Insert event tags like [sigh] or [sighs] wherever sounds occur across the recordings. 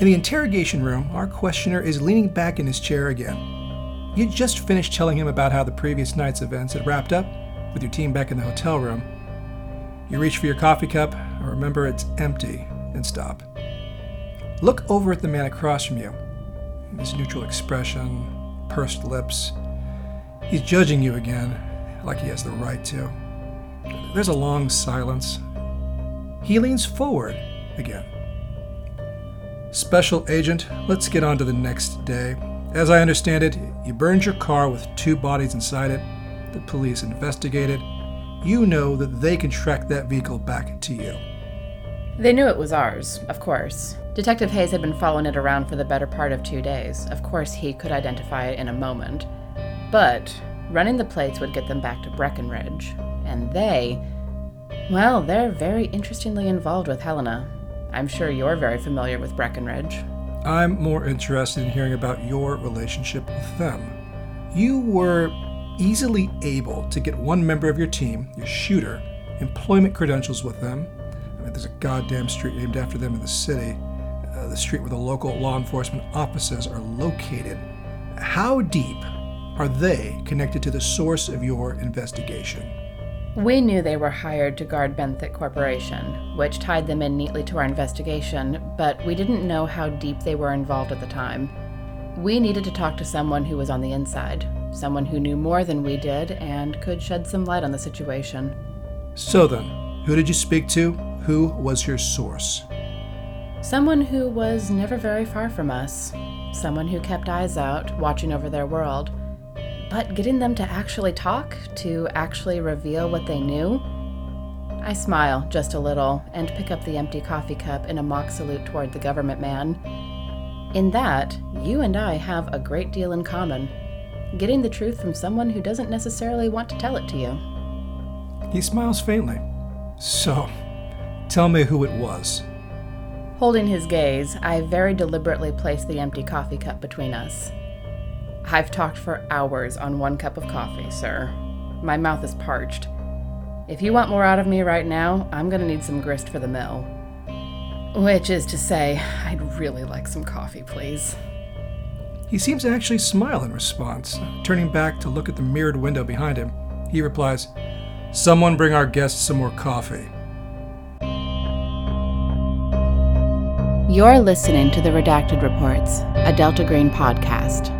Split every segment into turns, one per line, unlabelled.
In the interrogation room, our questioner is leaning back in his chair again. You had just finished telling him about how the previous night's events had wrapped up with your team back in the hotel room. You reach for your coffee cup and remember it's empty and stop. Look over at the man across from you. His neutral expression, pursed lips. He's judging you again, like he has the right to. There's a long silence. He leans forward again. Special Agent, let's get on to the next day. As I understand it, you burned your car with two bodies inside it. The police investigated. You know that they can track that vehicle back to you.
They knew it was ours, of course. Detective Hayes had been following it around for the better part of two days. Of course, he could identify it in a moment. But running the plates would get them back to Breckenridge. And they. Well, they're very interestingly involved with Helena. I'm sure you're very familiar with Breckenridge.
I'm more interested in hearing about your relationship with them. You were easily able to get one member of your team, your shooter, employment credentials with them. I mean, there's a goddamn street named after them in the city, uh, the street where the local law enforcement offices are located. How deep are they connected to the source of your investigation?
We knew they were hired to guard Benthic Corporation, which tied them in neatly to our investigation, but we didn't know how deep they were involved at the time. We needed to talk to someone who was on the inside, someone who knew more than we did and could shed some light on the situation.
So then, who did you speak to? Who was your source?
Someone who was never very far from us, someone who kept eyes out, watching over their world. But getting them to actually talk, to actually reveal what they knew? I smile just a little and pick up the empty coffee cup in a mock salute toward the government man. In that, you and I have a great deal in common getting the truth from someone who doesn't necessarily want to tell it to you.
He smiles faintly. So, tell me who it was.
Holding his gaze, I very deliberately place the empty coffee cup between us. I've talked for hours on one cup of coffee, sir. My mouth is parched. If you want more out of me right now, I'm gonna need some grist for the mill. Which is to say, I'd really like some coffee, please.
He seems to actually smile in response. Turning back to look at the mirrored window behind him, he replies, Someone bring our guests some more coffee.
You're listening to the Redacted Reports, a Delta Green podcast.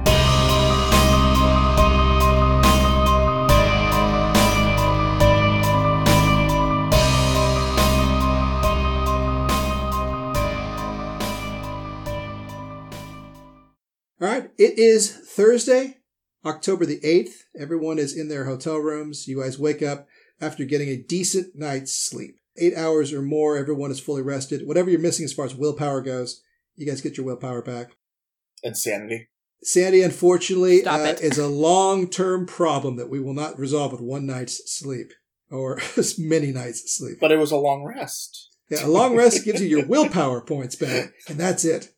All right, it is Thursday, October the 8th. Everyone is in their hotel rooms. You guys wake up after getting a decent night's sleep. Eight hours or more, everyone is fully rested. Whatever you're missing as far as willpower goes, you guys get your willpower back.
Insanity.
Sandy, unfortunately,
Stop
uh,
it.
is a long term problem that we will not resolve with one night's sleep or [laughs] as many nights' sleep.
But it was a long rest.
Yeah, a long rest gives you
[laughs]
your willpower points back, and that's it.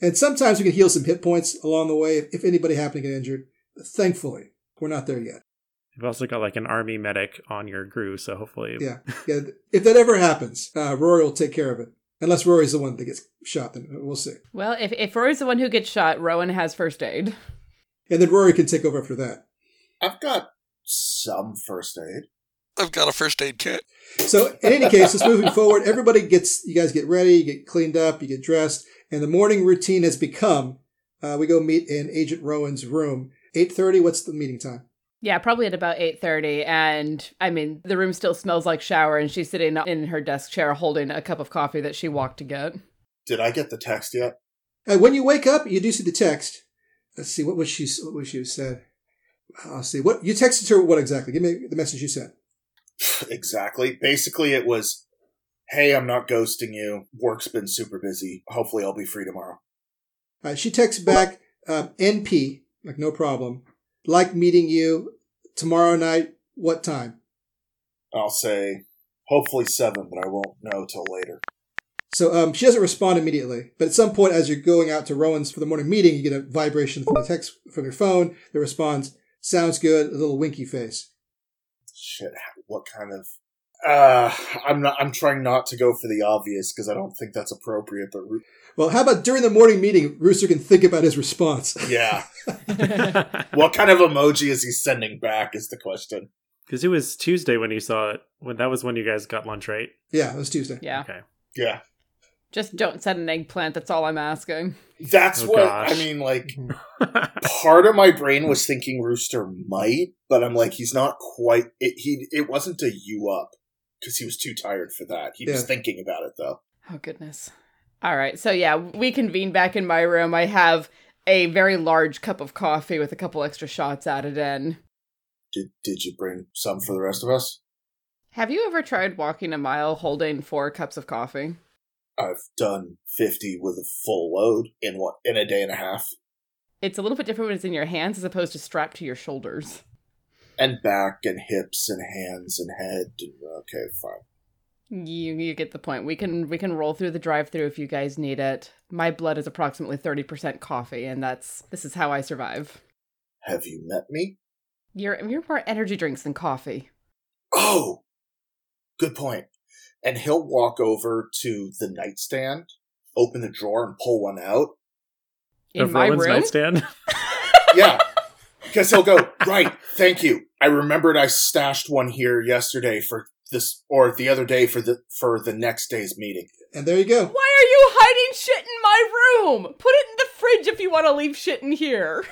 And sometimes we can heal some hit points along the way if anybody happened to get injured. Thankfully, we're not there yet.
You've also got like an army medic on your crew, so hopefully,
[laughs]
[laughs]
Yeah, yeah. If that ever happens, uh, Rory will take care of it. Unless Rory's the one that gets shot, then we'll see.
Well, if if Rory's the one who gets shot, Rowan has first aid.
And then Rory can take over after that.
[laughs] I've got some first aid.
I've got a first aid kit.
So in any case, let's moving forward. Everybody gets you guys get ready, you get cleaned up, you get dressed, and the morning routine has become. Uh, we go meet in Agent Rowan's room. Eight thirty. What's the meeting time?
Yeah, probably at about eight thirty, and I mean the room still smells like shower, and she's sitting in her desk chair holding a cup of coffee that she walked to get.
Did I get the text yet? [laughs]
And Uh, when you wake up, you do see the text. Let's see what was she what was she said. I'll see what you texted her. What exactly? Give me the message you sent.
exactly. Basically, it was, hey, I'm not ghosting you. Work's been super busy. Hopefully, I'll be free tomorrow.
Uh, she texts back um, NP like no problem. Like meeting you tomorrow night. What time?
I'll say, hopefully, seven, but I won't know till later.
So um, she doesn't respond immediately, but at some point, as you're going out to Rowan's for the morning meeting, you get a vibration from the text from your phone that responds, "Sounds good." A little winky face.
Shit, what kind of. Uh, I'm not. I'm trying not to go for the obvious because I don't think that's appropriate. But Ru-
Well, how about during the morning meeting, Rooster can think about his response. [laughs]
yeah, what kind of emoji is he sending back? Is the question.
Because it was Tuesday when you saw it. When that was when you guys got lunch, right?
yeah, it was Tuesday.
Yeah.
Okay.
Yeah,
Just don't send an eggplant. That's all I'm asking.
that's
Oh,
what
gosh.
I mean. Like part of my brain was thinking Rooster might, but I'm like, he's not quite. It, he it wasn't a you up because he was too tired for that. He was
Yeah.
thinking about it though.
Oh, goodness. All right. So, yeah, we convene back in my room. I have a very large cup of coffee with a couple extra shots added in.
Did Did you bring some for the rest of us?
Have you ever tried walking a mile holding four cups of coffee?
I've done fifty with a full load in what in a day and a half
It's a little bit different when it's in your hands as opposed to strapped to your shoulders.
and back and hips and hands and head. Okay, fine.
You you get the point. We can we can roll through the drive-through if you guys need it. My blood is approximately 30% coffee and that's this is how I survive.
Have you met me?
You're you're more energy drinks than coffee.
Oh, good point. And he'll walk over to the nightstand, open the drawer, and pull one out.
In
[laughs] of
my
Roland's
room.
nightstand. [laughs]
Yeah. Because he'll go, right, thank you. I remembered I stashed one here yesterday for this or the other day for the for the next day's meeting.
And there you go.
Why are you hiding shit in my room? Put it in the fridge if you want to leave shit in here.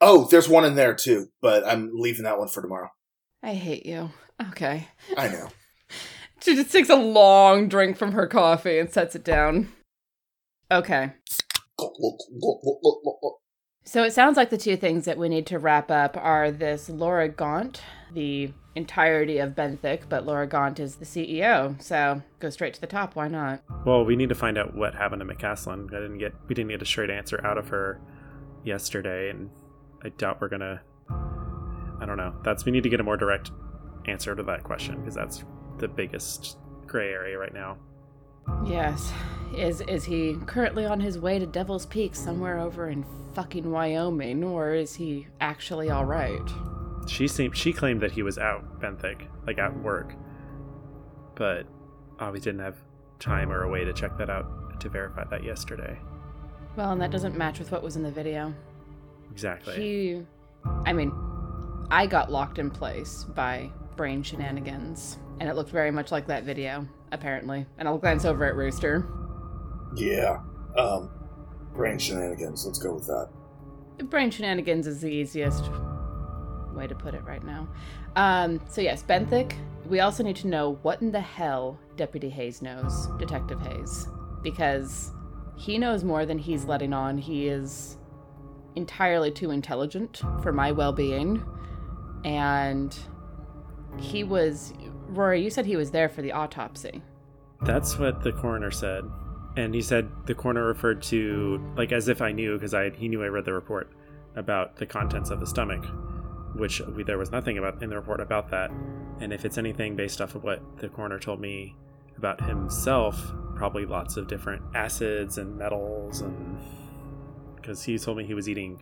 Oh, there's one in there too, but I'm leaving that one for tomorrow.
I hate you. Okay.
I know.
She just takes a long drink from her coffee and sets it down. Okay. So it sounds like the two things that we need to wrap up are this Laura Gaunt, the entirety of Benthic, but Laura Gaunt is the CEO. So go straight to the top. Why not?
well, we need to find out what happened to McCaslin. I didn't get. We didn't get a straight answer out of her yesterday, and I doubt we're gonna. I don't know. That's we need to get a more direct answer to that question because that's the biggest gray area right now.
Yes. Is is he currently on his way to Devil's Peak somewhere over in fucking Wyoming, or is he actually all right?
She seemed. She claimed that he was out benthic, like at work, but obviously didn't have time or a way to check that out to verify that yesterday.
Well, and that doesn't match with what was in the video.
Exactly.
He, I mean, I got locked in place by brain shenanigans, and it looked very much like that video, apparently. And I'll glance over at Rooster.
Yeah. Um brain shenanigans, let's go with that.
Brain shenanigans is the easiest way to put it right now. Um, so yes, Benthic. We also need to know what in the hell Deputy Hayes knows, Detective Hayes, because he knows more than he's letting on. He is entirely too intelligent for my well-being, and he was. Rory, you said he was there for the autopsy.
That's what the coroner said. And he said the coroner referred to like as if I knew because I he knew I read the report about the contents of the stomach, which we, there was nothing about in the report about that. And if it's anything based off of what the coroner told me about himself, probably lots of different acids and metals and because he told me he was eating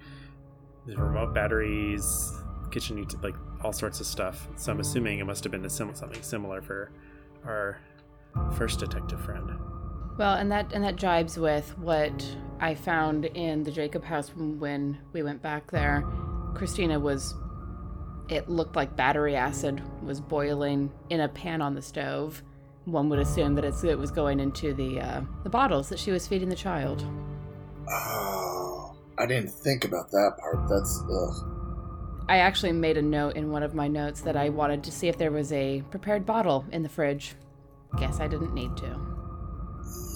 the remote batteries, kitchen ut- like all sorts of stuff. So I'm assuming it must have been a sim- something similar for our first detective friend.
Well, and that and that jibes with what I found in the Jacob house when- when we went back there. Christina was it looked like battery acid was boiling in a pan on the stove. One would assume that it's, it was going into the uh, the bottles that she was feeding the child.
Oh I didn't think about that part. That's ugh.
I actually made a note in one of my notes that I wanted to see if there was a prepared bottle in the fridge. Guess I didn't need to.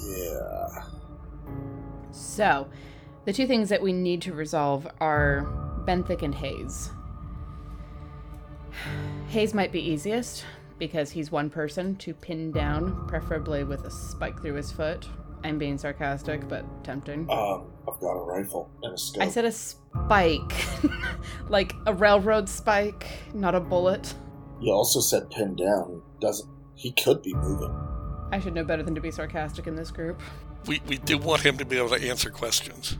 Yeah.
So, the two things that we need to resolve are Benthic and [sighs] Hayes. Hayes might be easiest because he's one person to pin down, preferably with a spike through his foot. I'm being sarcastic, but tempting.
Um I've got a rifle and a scope.
I said a spike, [laughs] like a railroad spike, not a bullet.
you also said pinned down. Doesn't he could be moving.
I should know better than to be sarcastic in this group.
We, we do want him to be able to answer questions.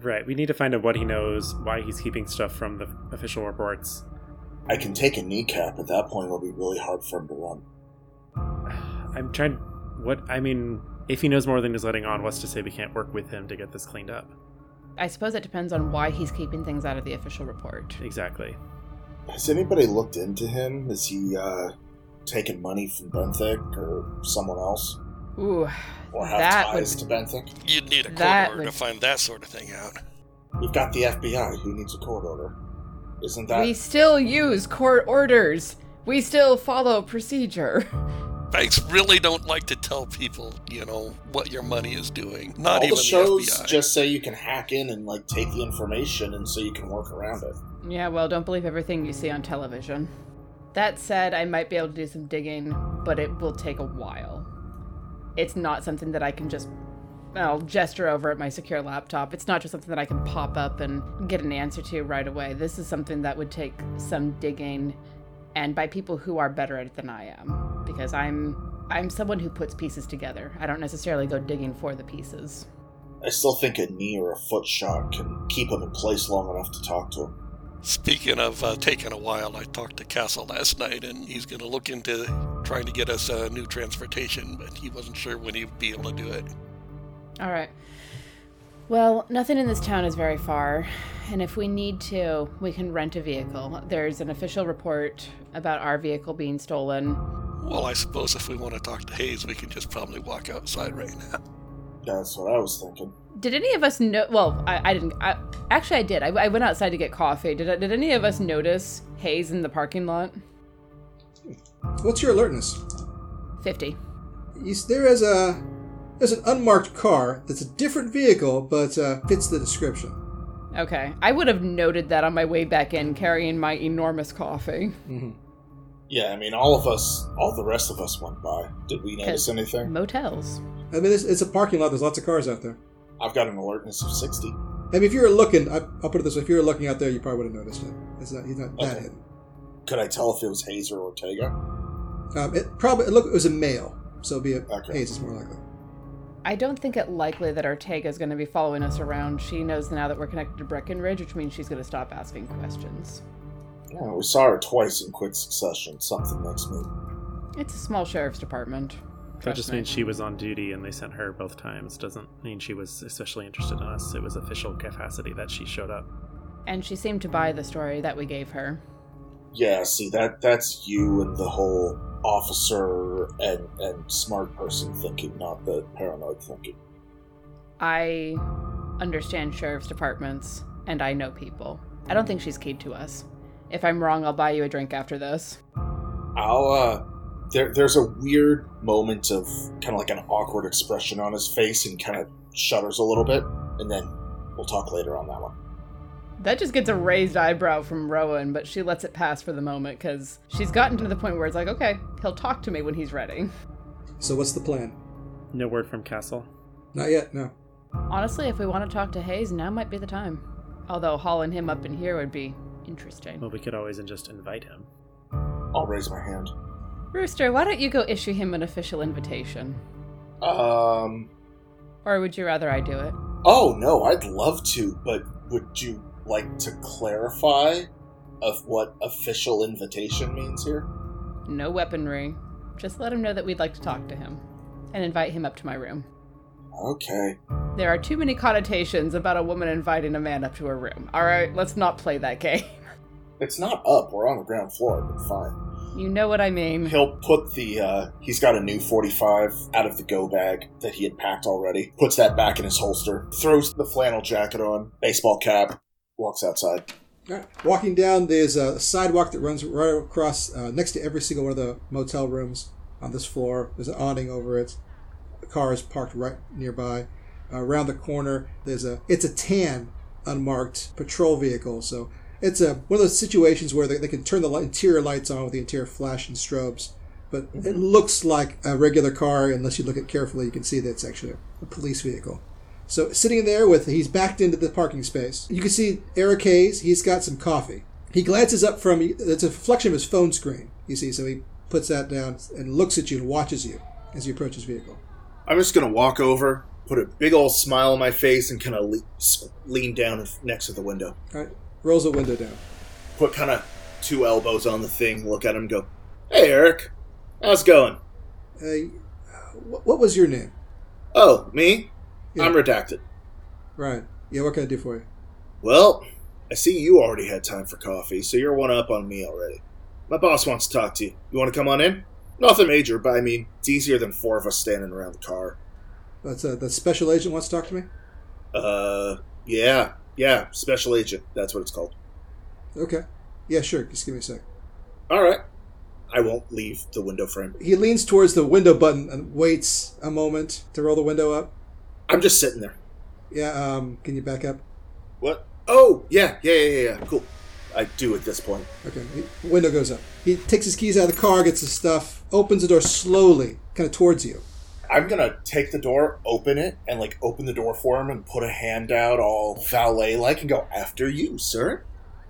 Right, we need to find out what he knows, why he's keeping stuff from the official reports.
I can take a kneecap. At that point, it'll be really hard for him to run.
I'm trying. What I mean, if he knows more than he's letting on, what's to say we can't work with him to get this cleaned up?
I suppose it depends on why he's keeping things out of the official report.
Exactly.
Has anybody looked into him? Is he uh, taking money from Benthic or someone else?
Ooh,
Or have
That
ties
would-
to Benthic?
You'd need a court
That
order to
would-
find that sort of thing out.
We've got the FBI. Who needs a court order? Isn't that.
we still use court orders. We still follow procedure. [laughs]
Banks really don't like to tell people, you know, what your money is doing. Not
all
even
the shows
FBI.
just say you can hack in and like take the information and so you can work around it.
Yeah, well, don't believe everything you see on television. That said, I might be able to do some digging, but it will take a while. It's not something that I can just. I'll gesture over at my secure laptop. It's not just something that I can pop up and get an answer to right away. This is something that would take some digging, and by people who are better at it than I am, because I'm I'm someone who puts pieces together. I don't necessarily go digging for the pieces.
I still think a knee or a foot shot can keep him in place long enough to talk to him.
Speaking of uh, taking a while, I talked to Castle last night, and he's going to look into trying to get us uh, new transportation, but he wasn't sure when he'd be able to do it.
All right. Well, nothing in this town is very far, and if we need to, we can rent a vehicle. There's an official report about our vehicle being stolen.
Well, I suppose if we want to talk to Hayes, we can just probably walk outside right now.
That's what I was thinking.
Did any of us know? Well, I, I didn't. I, actually, I did. I, I went outside to get coffee. Did, I- did any of us notice Hayes in the parking lot?
What's your alertness?
50.
You, s- there is a there's an unmarked car that's a different vehicle, but uh, fits the description.
Okay. I would have noted that on my way back in carrying my enormous coffee.
Mm-hmm.
Yeah, I mean, all of us, all the rest of us went by. Did we notice
Cause-
anything?
Motels.
I mean, it's, it's a parking lot. There's lots of cars out there.
I've got an alertness of 60.
I mean, if you were looking, I, I'll put it this way: if you were looking out there, you probably would have noticed it. It's not, he's not that
Okay.
hidden.
Could I tell if it was Hayes or Ortega?
Um, it probably look. It was a male, so it'd be a
Okay.
Hayes is more likely.
I don't think it likely that Ortega is going to be following us around. She knows now that we're connected to Breckenridge, which means she's going to stop asking questions.
Yeah, we saw her twice in quick succession. Something makes me.
It's a small sheriff's department.
That
Trust
just
me.
means she was on duty and they sent her both times. Doesn't mean she was especially interested in us. It was official capacity that she showed up.
And she seemed to buy the story that we gave her.
Yeah, see that that's you and the whole officer and and smart person thinking, not the paranoid thinking.
I understand sheriff's departments, and I know people. I don't think she's keyed to us. If I'm wrong, I'll buy you a drink after this.
I'll uh there there's a weird moment of kind of like an awkward expression on his face and kind of shudders a little bit and then we'll talk later on that one.
That just gets a raised eyebrow from Rowan, but she lets it pass for the moment because she's gotten to the point where it's like, okay, he'll talk to me when he's ready.
So what's the plan?
No word from Castle.
Not yet. No.
Honestly, if we want to talk to Hayes, now might be the time. Although hauling him up in here would be interesting.
Well, we could always just invite him.
I'll raise my hand.
Rooster, why don't you go issue him an official invitation?
Um
Or would you rather I do it?
oh no, I'd love to, but would you like to clarify of what official invitation means here?
No weaponry. Just let him know that we'd like to talk to him and invite him up to my room.
Okay.
There are too many connotations about a woman inviting a man up to her room. All right, let's not play that game. [laughs]
It's not up, we're on the ground floor, but fine.
You know what I mean.
He'll put the uh, he's got a new 45 out of the go bag that he had packed already. Puts that back in his holster. Throws the flannel jacket on, baseball cap, walks outside.
All right. Walking down, there's a sidewalk that runs right across uh, next to every single one of the motel rooms on this floor. There's an awning over it. A car is parked right nearby. Uh, around the corner, there's a it's a tan unmarked patrol vehicle. So it's a one of those situations where they, they can turn the li- interior lights on with the interior flash and strobes, but it looks like a regular car unless you look at it carefully. You can see that it's actually a police vehicle. So sitting there with he's backed into the parking space. You can see Eric Hayes. He's got some coffee. He glances up from it's a reflection of his phone screen. You see, so he puts that down and looks at you and watches you as you approach his vehicle.
I'm just gonna walk over, put a big old smile on my face, and kind of le- s- lean down in- next to the window.
All right, rolls the window down.
Put kind of two elbows on the thing, look at him, go, "Hey, Eric, how's it going?"
Uh, wh- what was your name?
Oh, me?
Yeah.
I'm redacted.
Right. Yeah, what can I do for you?
Well, I see you already had time for coffee, so you're one up on me already. My boss wants to talk to you. You want to come on in? Nothing major, but I mean, it's easier than four of us standing around the car.
That's uh, that special agent wants to talk to me.
Uh, yeah, yeah, special agent. That's what it's called.
Okay. Yeah, sure. Just give me a sec.
All right. I won't leave the window frame.
He leans towards the window button and waits a moment to roll the window up.
I'm just sitting there.
Yeah. Um. Can you back up?
What? Oh, yeah, yeah, yeah, yeah, yeah. Cool. I do at this point.
Okay. He, window goes up. He takes his keys out of the car, gets his stuff, opens the door slowly, kind of towards you.
I'm gonna take the door, open it, and like open the door for him and put a hand out all valet like and go, after you, sir.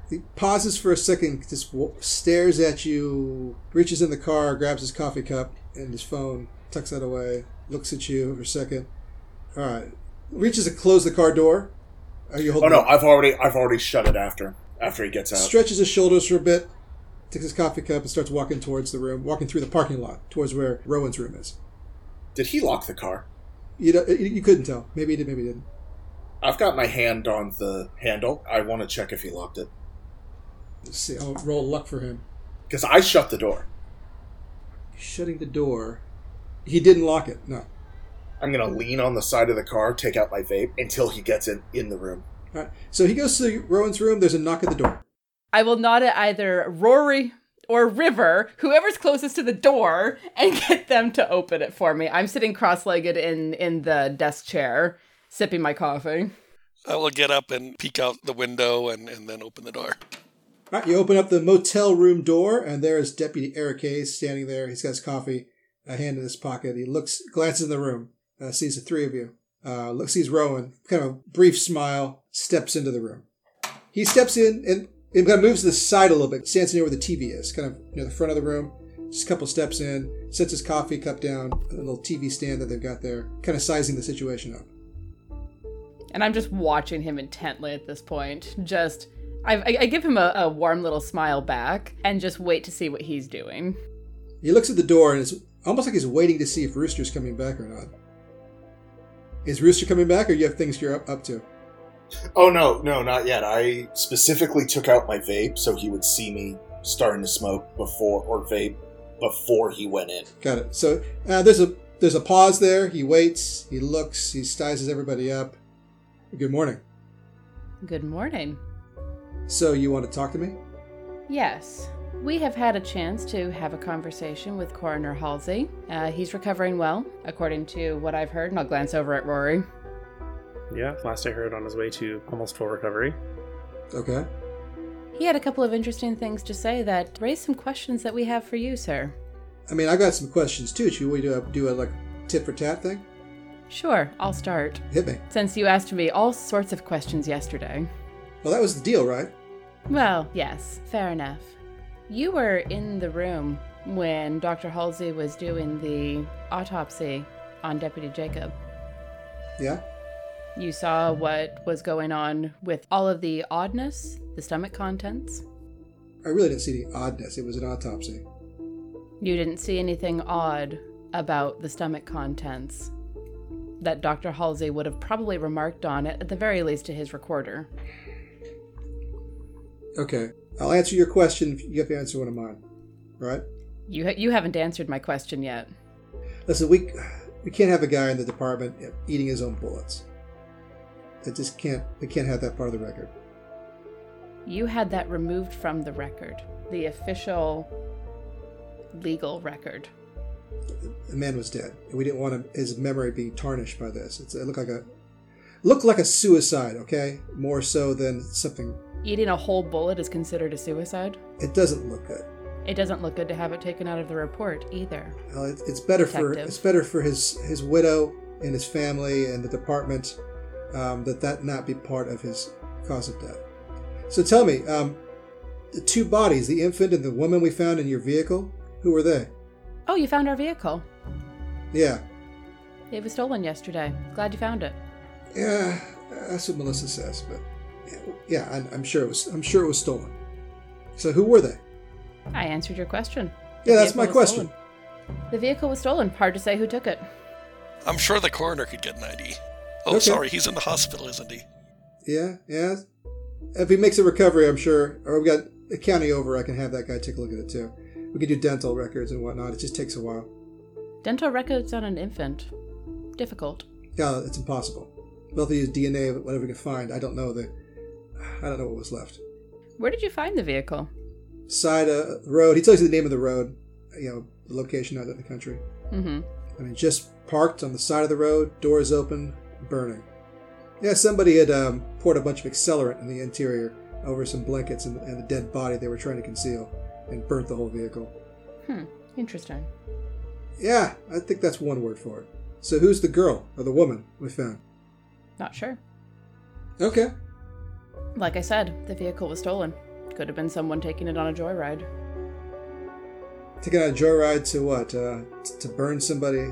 He pauses for a second, just w- stares at you, reaches in the car, grabs his coffee cup and his phone, tucks that away, looks at you for a second. All right. Reaches to close the car door. Are you
Oh
holding
no,
it?
I've already I've already shut it after him. After he gets out.
stretches his shoulders for a bit, takes his coffee cup, and starts walking towards the room, walking through the parking lot towards where Rowan's room is.
Did he lock the car?
You know, you you couldn't tell. Maybe he did, maybe he didn't.
I've got my hand on the handle. I want to check if he locked it
Let's see. I'll roll luck for him.
because I shut the door.
Shutting the door. He didn't lock it. No.
I'm gonna lean on the side of the car, take out my vape until he gets in in the room.
All right. So he goes to Rowan's room. There's a knock at the door.
I will nod at either Rory or River, whoever's closest to the door, and [laughs] get them to open it for me. I'm sitting cross-legged in in the desk chair, sipping my coffee.
I will get up and peek out the window and, and then open the door.
All right. You open up the motel room door, and there is Deputy Eric Hayes standing there. He's got his coffee, a hand in his pocket. He looks, glances in the room, uh, sees the three of you. Uh, looks, sees Rowan. Kind of a brief smile. Steps into the room. He steps in and, and kind of moves to the side a little bit. Stands near where the TV is, kind of near the front of the room. Just a couple steps in, sets his coffee cup down, a little TV stand that they've got there, kind of sizing the situation up.
And I'm just watching him intently at this point. Just, I, I, I give him a, a warm little smile back and just wait to see what he's doing.
He looks at the door and it's almost like he's waiting to see if Rooster's coming back or not. Is Rooster coming back, or you have things you're up, up to?
Oh no, no, not yet. I specifically took out my vape so he would see me starting to smoke before or vape before he went in.
Got it. So uh, there's a there's a pause there. He waits. He looks. He sizes everybody up. Good morning.
Good morning.
So you want to talk to me?
Yes. We have had a chance to have a conversation with Coroner Halsey. Uh, he's recovering well, according to what I've heard, and I'll glance over at Rory.
Yeah, last I heard on his way to almost full recovery.
Okay.
He had a couple of interesting things to say that raise some questions that we have for you, sir.
I mean, I've got some questions too. Should we do a, do a like tit for tat thing?
Sure, I'll start.
Hit me.
Since you asked me all sorts of questions yesterday.
Well, that was the deal, right?
Well, yes, fair enough. You were in the room when Dr. Halsey was doing the autopsy on Deputy Jacob.
Yeah.
You saw what was going on with all of the oddness, the stomach contents.
I really didn't see any oddness. It was an autopsy.
You didn't see anything odd about the stomach contents that Dr. Halsey would have probably remarked on at the very least to his recorder.
Okay. I'll answer your question. if You have to answer one of mine. All right.
You ha- you haven't answered my question yet.
Listen, we we can't have a guy in the department eating his own bullets. That just can't. We can't have that part of the record.
You had that removed from the record, the official legal record.
The man was dead, and we didn't want him, his memory being tarnished by this. It's, it looked like a looked like a suicide. Okay, more so than something.
Eating a whole bullet is considered a suicide.
It doesn't look good.
It doesn't look good to have it taken out of the report either.
Well, it, it's better for
Detective.
it's better for his his widow and his family and the department um, that that not be part of his cause of death. So tell me, um, the two bodies, the infant and the woman we found in your vehicle, who were they?
Oh, you found our vehicle.
Yeah,
It was stolen yesterday. Glad you found it.
yeah, that's what Melissa says, but yeah, yeah I'm, I'm sure it was I'm sure it was stolen. So who were they?
I answered your question. The
Yeah, that's
vehicle
my
was
question.
stolen. The vehicle was stolen. Hard to say who took it.
I'm sure the coroner could get 90. Oh,
Okay.
sorry, he's in the hospital, isn't he?
Yeah, yeah. If he makes a recovery, I'm sure. Or we got a county over. I can have that guy take a look at it too. We can do dental records and whatnot. It just takes a while.
Dental records on an infant. Difficult.
Yeah, it's impossible. We'll have to use DNA, whatever we can find. I don't know the. I don't know what was left.
Where did you find the vehicle?
Side uh, road. He tells you the name of the road. You know, the location out in the country.
Mm-hmm.
I mean, just parked on the side of the road, doors open, burning. Yeah, somebody had um, poured a bunch of accelerant in the interior over some blankets and, and the dead body they were trying to conceal and burnt the whole vehicle.
Hmm. Interesting.
Yeah, I think that's one word for it. So who's the girl or the woman we found?
Not sure.
Okay.
Like I said, the vehicle was stolen. Could have been someone taking it on a joyride.
Taking out a joyride to what? Uh, t- to burn somebody?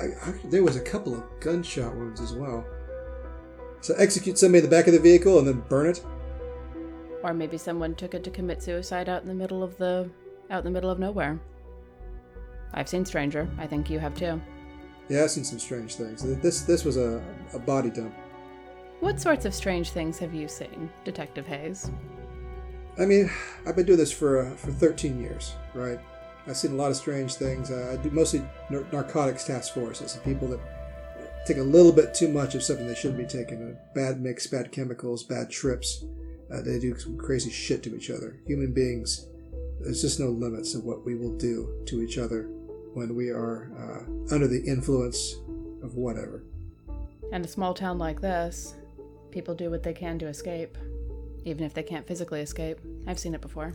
I, I, there was a couple of gunshot wounds as well. So execute somebody in the back of the vehicle and then burn it?
Or maybe someone took it to commit suicide out in the middle of the out in the middle of nowhere. I've seen Stranger. I think you have too.
Yeah, I've seen some strange things. This this was a, a body dump.
What sorts of strange things have you seen, Detective Hayes?
I mean, I've been doing this for uh, for 13 years, right? I've seen a lot of strange things. Uh, I do mostly nar- narcotics task forces and people that take a little bit too much of something they shouldn't be taking. Uh, bad mix, bad chemicals, bad trips. Uh, they do some crazy shit to each other. Human beings, there's just no limits of what we will do to each other when we are uh, under the influence of whatever.
In a small town like this, people do what they can to escape, even if they can't physically escape. I've seen it before.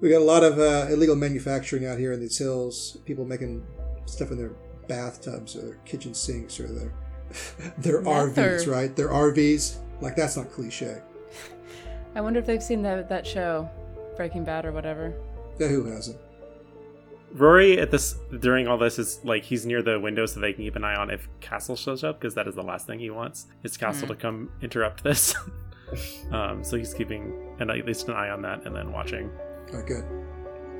We got a lot of uh, illegal manufacturing out here in these hills. People making stuff in their bathtubs or their kitchen sinks or their [laughs] their
Meth
RVs,
or-
right? Their RVs. Like that's not cliche.
I wonder if they've seen that that show, Breaking Bad or whatever.
Yeah, who hasn't?
Rory at this during all this is like he's near the window so they can keep an eye on if Castle shows up because that is the last thing he wants is
Hmm.
Castle to come interrupt this. [laughs] um, so he's keeping an at least an eye on that and then watching.
All right, good.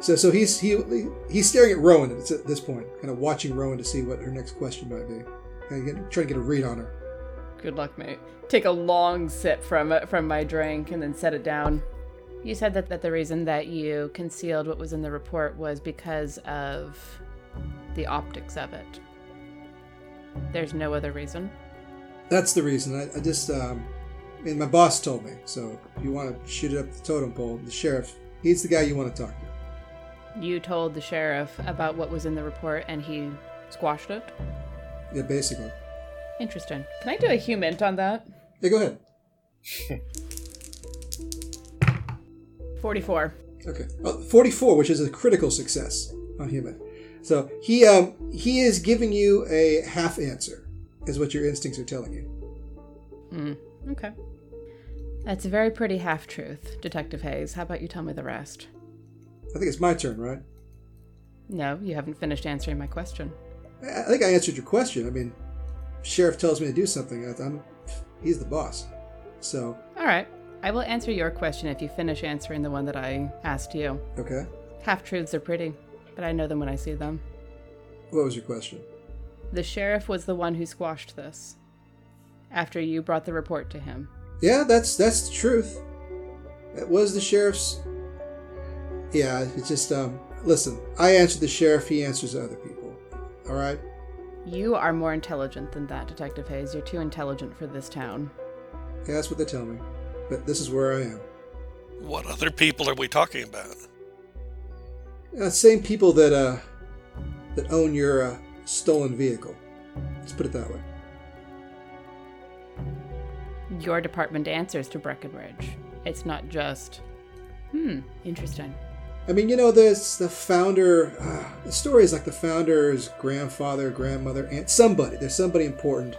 So, so he's he he's staring at Rowan at this point, kind of watching Rowan to see what her next question might be, kind of get, trying to get a read on her.
Good luck, mate.
Take a long sip from it, from my drink and then set it down. You said that, that the reason that you concealed what was in the report was because of the optics of it. There's no other reason.
That's the reason. I, I just, um, I mean, my boss told me. So, if you want to shoot it up the totem pole, the sheriff, he's the guy you want to talk to.
You told the sheriff about what was in the report and he squashed it.
Yeah, basically.
Interesting.
Can I do a human on that?
Yeah, go ahead.
44.
Okay. Uh, 44, which is a critical success on human. So he um, he is giving you a half answer, is what your instincts are telling you.
Okay. That's a very pretty half truth, Detective Hayes. How about you tell me the rest?
I think it's my turn, right?
No, you haven't finished answering my question.
I I think I answered your question. I mean, sheriff tells me to do something. I- I'm, he's the boss. So
All right. I will answer your question if you finish answering the one that I asked you.
okay.
Half truths are pretty, but I know them when I see them.
What was your question?
The sheriff was the one who squashed this after you brought the report to him.
Yeah, that's that's the truth. That was the sheriff's. Yeah, it's just um. Listen, I answer the sheriff. He answers other people. All right.
You are more intelligent than that, Detective Hayes. You're too intelligent for this town.
Yeah, that's what they tell me. But this is where I am.
What other people are we talking about?
Uh, same people that uh, that own your uh, stolen vehicle. Let's put it that way.
Your department answers to Breckenridge. It's not just, hmm, interesting.
I mean, you know, this the founder. Uh, the story is like the founder's grandfather, grandmother, aunt, somebody. There's somebody important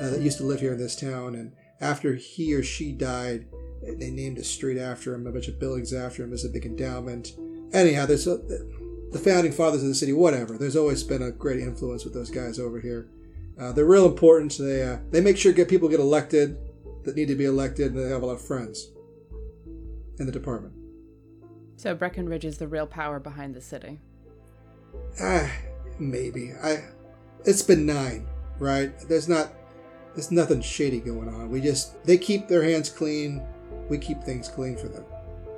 uh, that used to live here in this town, and after he or she died, they- they named a street after him, a bunch of buildings after him. There's a big endowment. Anyhow, there's a, the founding fathers of the city. Whatever. There's always been a great influence with those guys over here. Uh, they're real important. They uh, they make sure get people get elected that need to be elected, and they have a lot of friends in the department.
So Breckenridge is the real power behind the city.
Ah, maybe. I. It's benign. right? There's not there's nothing shady going on. We just they keep their hands clean. We keep things clean for them,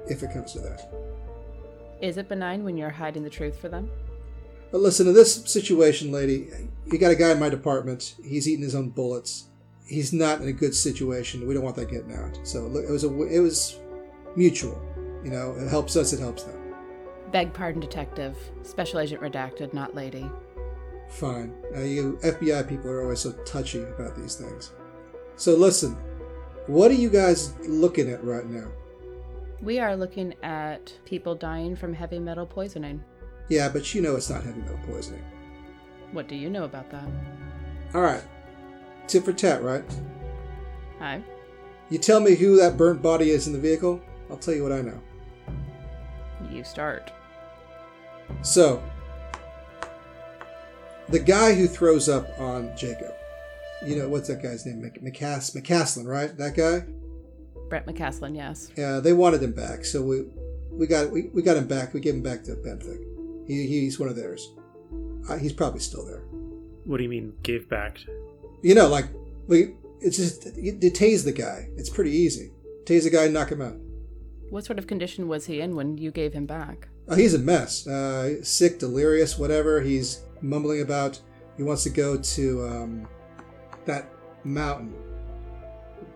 if it comes to that.
Is it benign when you're hiding the truth for them?
But listen to this situation, lady. You got a guy in my department. He's eating his own bullets. He's not in a good situation. We don't want that getting out. So look, it was a it was mutual. You know, it helps us. It helps them.
Beg pardon, Detective. Special Agent Redacted, not Lady.
Fine. Now, you FBI people are always so touchy about these things. So, listen, what are you guys looking at right now?
We are looking at people dying from heavy metal poisoning.
Yeah, but you know it's not heavy metal poisoning.
What do you know about that?
All right. Tit for tat, right?
Hi.
You tell me who that burnt body is in the vehicle, I'll tell you what I know.
You start.
So, the guy who throws up on Jacob, you know, what's that guy's name? Mc- McCas- McCaslin, right? That guy?
Brett McCaslin, yes.
Yeah, they wanted him back, so we we got we, we got him back. We gave him back to Benthic. He, he's one of theirs. Uh, he's probably still there.
What do you mean gave back?
You know, like we it's just you, you tase the guy. It's pretty easy. Tase the guy, and knock him out.
What sort of condition was he in when you gave him back?
Oh, he's a mess. Uh, sick, delirious, whatever. He's mumbling about he wants to go to um, that mountain,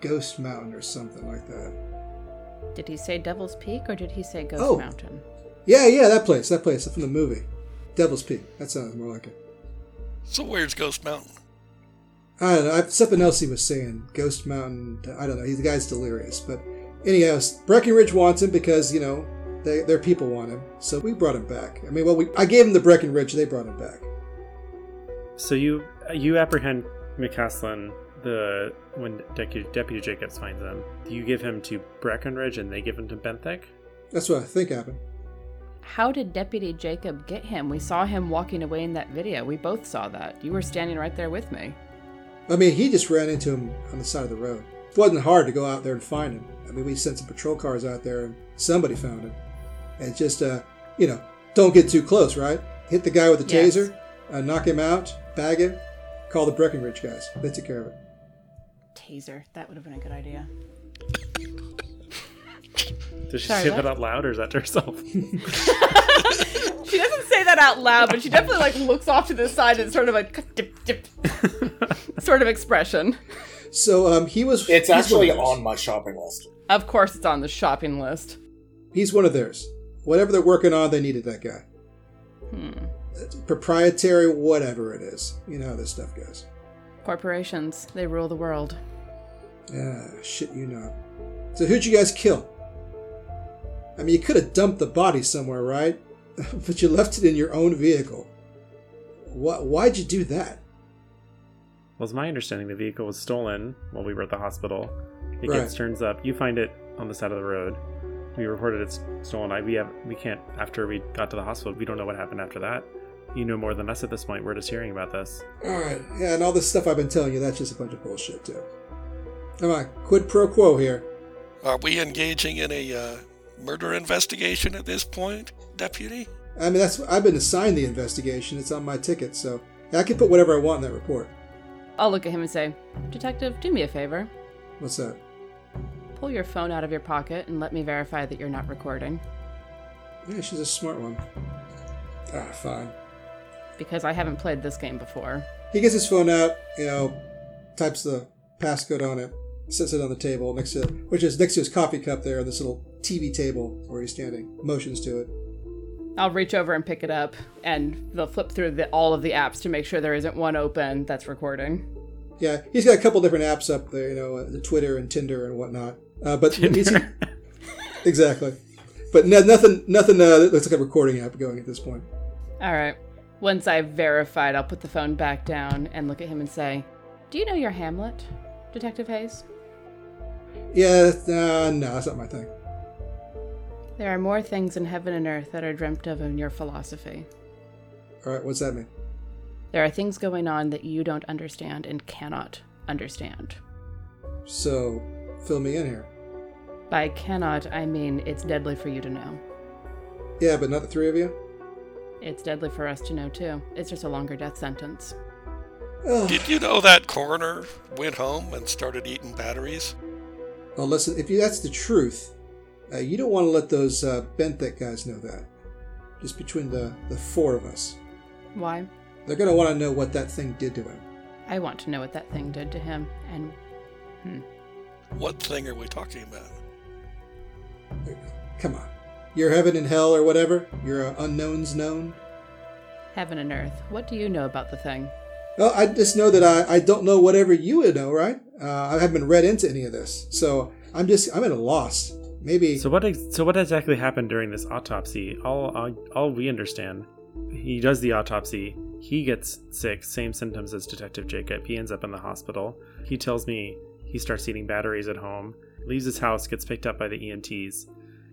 Ghost Mountain, or something like that.
Did he say Devil's Peak or did he say Ghost
Oh.
Mountain?
Yeah, yeah, that place, that place from the movie, Devil's Peak. That sounds more like it.
So where's Ghost Mountain?
I don't know. I, something else he was saying. Ghost Mountain. I don't know. He's the guy's delirious. But anyhow, Breckenridge wants him because you know they, their people want him. So we brought him back. I mean, well, we I gave him the Breckenridge. They brought him back.
So you you apprehend McCaslin the when Deputy, Deputy Jacobs finds him. You give him to Breckenridge and they give him to Benthic.
That's what I think happened.
How did Deputy Jacob get him? We saw him walking away in that video. We both saw that. You were standing right there with me.
I mean, he just ran into him on the side of the road. It wasn't hard to go out there and find him. I mean, we sent some patrol cars out there, and somebody found him. And just, uh, you know, don't get too close, right? Hit the guy with the
Yes.
taser, uh, knock him out, bag him, call the Breckenridge guys. They took care of it.
Taser. That would have been a good idea.
Does she
Sorry,
say
what?
that out loud or is that to herself?
She doesn't say that out loud, but she definitely like looks off to the side and sort of a dip, dip, sort of expression.
So um, he was.
It's
he's one of
actually
theirs.
on my shopping list.
Of course, it's on the shopping list.
He's one of theirs. Whatever they're working on, they needed that guy.
Hmm.
Proprietary, whatever it is. You know how this stuff goes.
Corporations, they rule the world.
Ah, shit, you know. So who'd you guys kill? I mean, you could have dumped the body somewhere, right? [laughs] but you left it in your own vehicle. Why, why'd you do that?
Well, it's my understanding the vehicle was stolen while we were at the hospital. It
Right.
gets turns up. You find it on the side of the road. We reported it's stolen. I, we have we can't after we got to the hospital. We don't know what happened after that. You know more than us at this point. We're just hearing about this.
All right, yeah, and all this stuff I've been telling you, that's just a bunch of bullshit, too. Come on, quid pro quo here.
Are we engaging in a uh, murder investigation at this point, Deputy?
I mean, that's I've been assigned the investigation. It's on my ticket, so I can put whatever I want in that report.
I'll look at him and say, Detective, do me a favor.
What's that?
Pull your phone out of your pocket and let me verify that you're not recording.
Yeah, she's a smart one. Ah, fine.
Because I haven't played this game before.
He gets his phone out, you know, types the passcode on it, sets it on the table next to, which is next to his coffee cup there, this little TV table where he's standing, motions to it.
I'll reach over and pick it up, and they'll flip through the, all of the apps to make sure there isn't one open that's recording.
Yeah, he's got a couple different apps up there, you know, uh, the Twitter and Tinder and whatnot. Uh, but [laughs] exactly, but no, nothing, nothing uh, that looks like a recording app going at this point.
All right. Once I've verified, I'll put the phone back down and look at him and say, Do you know your Hamlet, Detective Hayes?
Yeah, that's- uh, no, that's not my thing.
There are more things in heaven and earth that are dreamt of in your philosophy.
All right, what's that mean?
There are things going on that you don't understand and cannot understand.
So, fill me in here.
By cannot, I mean it's deadly for you to know.
Yeah, but not the three of you.
It's deadly for us to know, too. It's just a longer death sentence.
Ugh.
Did you know that coroner went home and started eating batteries?
Well, listen, if you, that's the truth, uh, you don't want to let those uh, Benthic guys know that. Just between the, the four of us.
Why?
They're going to want to know what that thing did to him.
I want to know what that thing did to him. And
What thing are we talking about?
Come on. Your heaven and hell or whatever? Your uh, unknown's known?
heaven and earth, what do you know about the thing?
Well, I just know that I, I don't know whatever you would know, right? Uh, I haven't been read into any of this. So I'm just, I'm at a loss. Maybe.
So what? Ex- so what exactly happened during this autopsy? All, all all we understand, he does the autopsy. He gets sick, same symptoms as Detective Jacob. He ends up in the hospital. He tells me he starts eating batteries at home, leaves his house, gets picked up by the EMTs,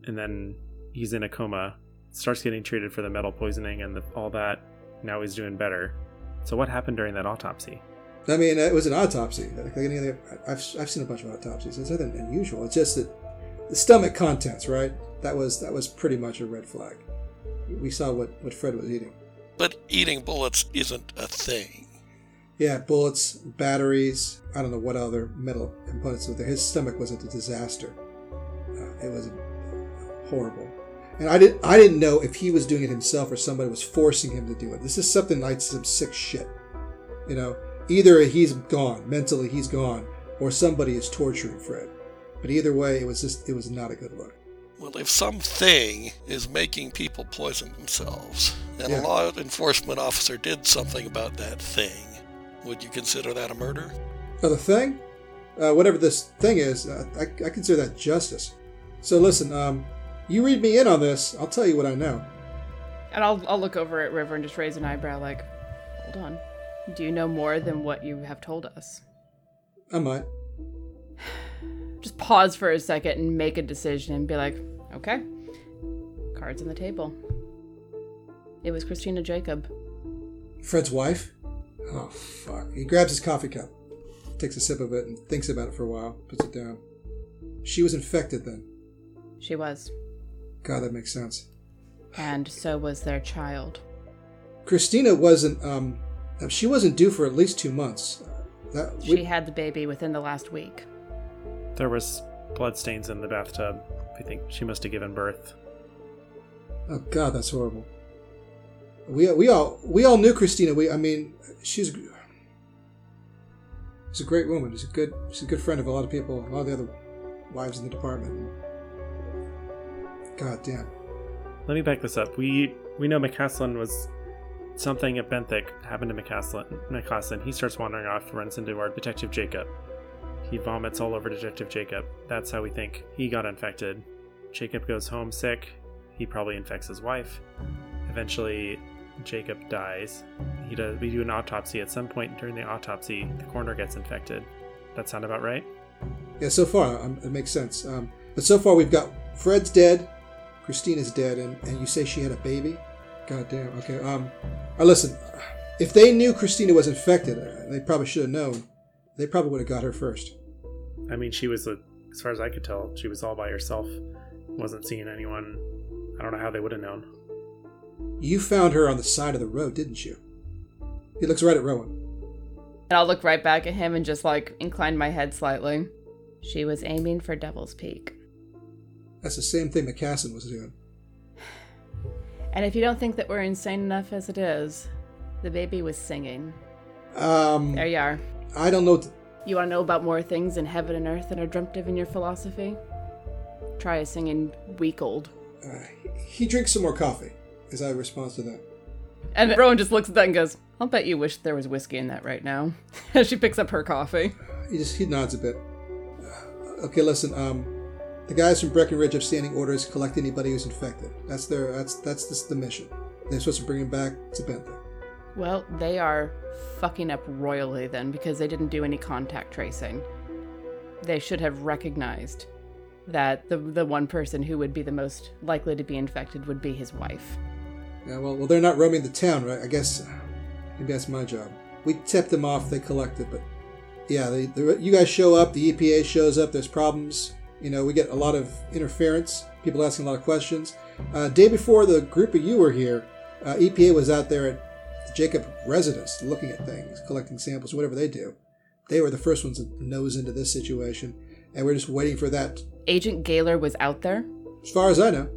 and then he's in a coma. Starts getting treated for the metal poisoning and the, all that. Now he's doing better. So what happened during that autopsy?
I mean, it was an autopsy. Like any other, I've, I've seen a bunch of autopsies. It's nothing unusual. It's just that the stomach contents, right? That was that was pretty much a red flag. We saw what, what Fred was eating.
But eating bullets isn't a thing.
Yeah, bullets, batteries. I don't know what other metal components were there. His stomach was a disaster. Uh, it was horrible, and I didn't I didn't know if he was doing it himself or somebody was forcing him to do it. This is something like some sick shit, you know. Either he's gone mentally, he's gone, or somebody is torturing Fred. But either way, it was just it was not a good look.
Well, if something is making people poison themselves, and
Yeah.
a law enforcement officer did something about that thing, would you consider that a murder?
Oh, the thing? Uh, whatever this thing is, uh, I, I consider that justice. So listen, um, you read me in on this, I'll tell you what I know.
And I'll, I'll look over at River and just raise an eyebrow like, hold on. Do you know more than what you have told us?
I might.
Just pause for a second and make a decision and be like, okay, cards on the table. It was Christina Jacob.
Fred's wife? Oh, fuck. He grabs his coffee cup, takes a sip of it, and thinks about it for a while, puts it down. She was infected then.
She was.
God, that makes sense.
And so was their child.
Christina wasn't, um, she wasn't due for at least two months. That, we-
She had the baby within the last week.
There was bloodstains in the bathtub. I think she must have given birth.
Oh God, that's horrible. We we all we all knew Christina. We I mean, she's she's a great woman. She's a good she's a good friend of a lot of people, a lot of the other wives in the department. God damn.
Let me back this up. We we know McCaslin was something at Benthic happened to McCaslin. McCaslin. He starts wandering off, runs into our detective Jacob. He vomits all over Detective Jacob. That's how we think he got infected. Jacob goes home sick. He probably infects his wife. Eventually, Jacob dies. He does. We do an autopsy. At some point during the autopsy, the coroner gets infected. That sound about right?
Yeah, so far um, it makes sense. Um, but so far we've got Fred's dead, Christina's dead, and, and you say she had a baby. God damn. Okay. Um, uh, listen. If they knew Christina was infected, uh, they probably should have known. They probably would have got her first.
I mean, she was, a, as far as I could tell, she was all by herself. Wasn't seeing anyone. I don't know how they would have known.
You found her on the side of the road, didn't you? He looks right at Rowan.
And I'll look right back at him and just like incline my head slightly. She was aiming for Devil's Peak.
That's the same thing McCassin was doing.
And if you don't think that we're insane enough as it is, the baby was singing.
Um,
There you are.
I don't know. T-
You want to know about more things in heaven and earth than are dreamt of in your philosophy? Try a singing week old.
uh, he drinks some more coffee. As I respond to that,
And Rowan just looks at that and goes, I'll bet you wish there was whiskey in that right now. [laughs] As she picks up her coffee.
he just he nods a bit. Uh, okay, listen. Um, the guys from Breckenridge have standing orders to collect anybody who's infected. That's their that's that's this the mission. They're supposed to bring him back to Benthic.
Well, they are fucking up royally then because they didn't do any contact tracing. They should have recognized that the, the one person who would be the most likely to be infected would be his wife.
Yeah, well, well, they're not roaming the town, right? I guess uh, maybe that's my job. We tipped them off; they collected, but yeah, they, they, you guys show up. The EPA shows up. There's problems. You know, we get a lot of interference. People E asking a lot of questions. Uh, day before the group of you were here, uh, EPA was out there at Jacob residents looking at things, collecting samples, whatever they do. They were the first ones to nose into this situation, and we're just waiting for that.
Agent Gaylor was out there.
As far as I know,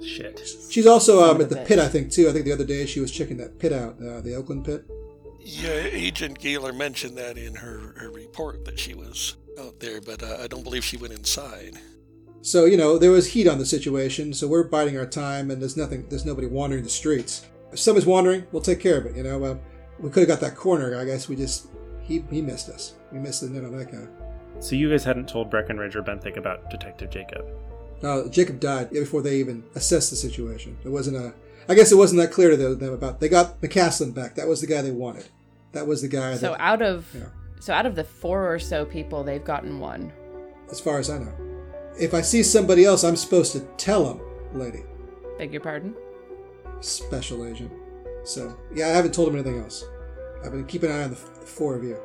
Shit.
she's also
Son
um,
of
at
a
the
bitch.
pit, I think, too. I think the other day she was checking that pit out, uh, the Oakland pit.
Yeah, Agent Gaylor mentioned that in her, her report that she was out there, but uh, I don't believe she went inside.
So you know there was heat on the situation, so we're biding our time, and there's nothing, there's nobody wandering the streets. If somebody's wandering, we'll take care of it. You know, uh, we could have got that corner. I guess we just he he missed us. We missed the net on that guy.
So you guys hadn't told Breckenridge or Benthic about Detective Jacob.
No, Jacob died before they even assessed the situation. It wasn't a. I guess it wasn't that clear to them about. They got McCaslin back. That was the guy they wanted. That was the guy.
So
that,
out of
Yeah.
so out of the four or so people, they've gotten one.
as far as I know, if I see somebody else, I'm supposed to tell them, lady,
Beg your pardon.
special agent. So yeah, I haven't told him anything else. I've been keeping an eye on the, f- the four of you.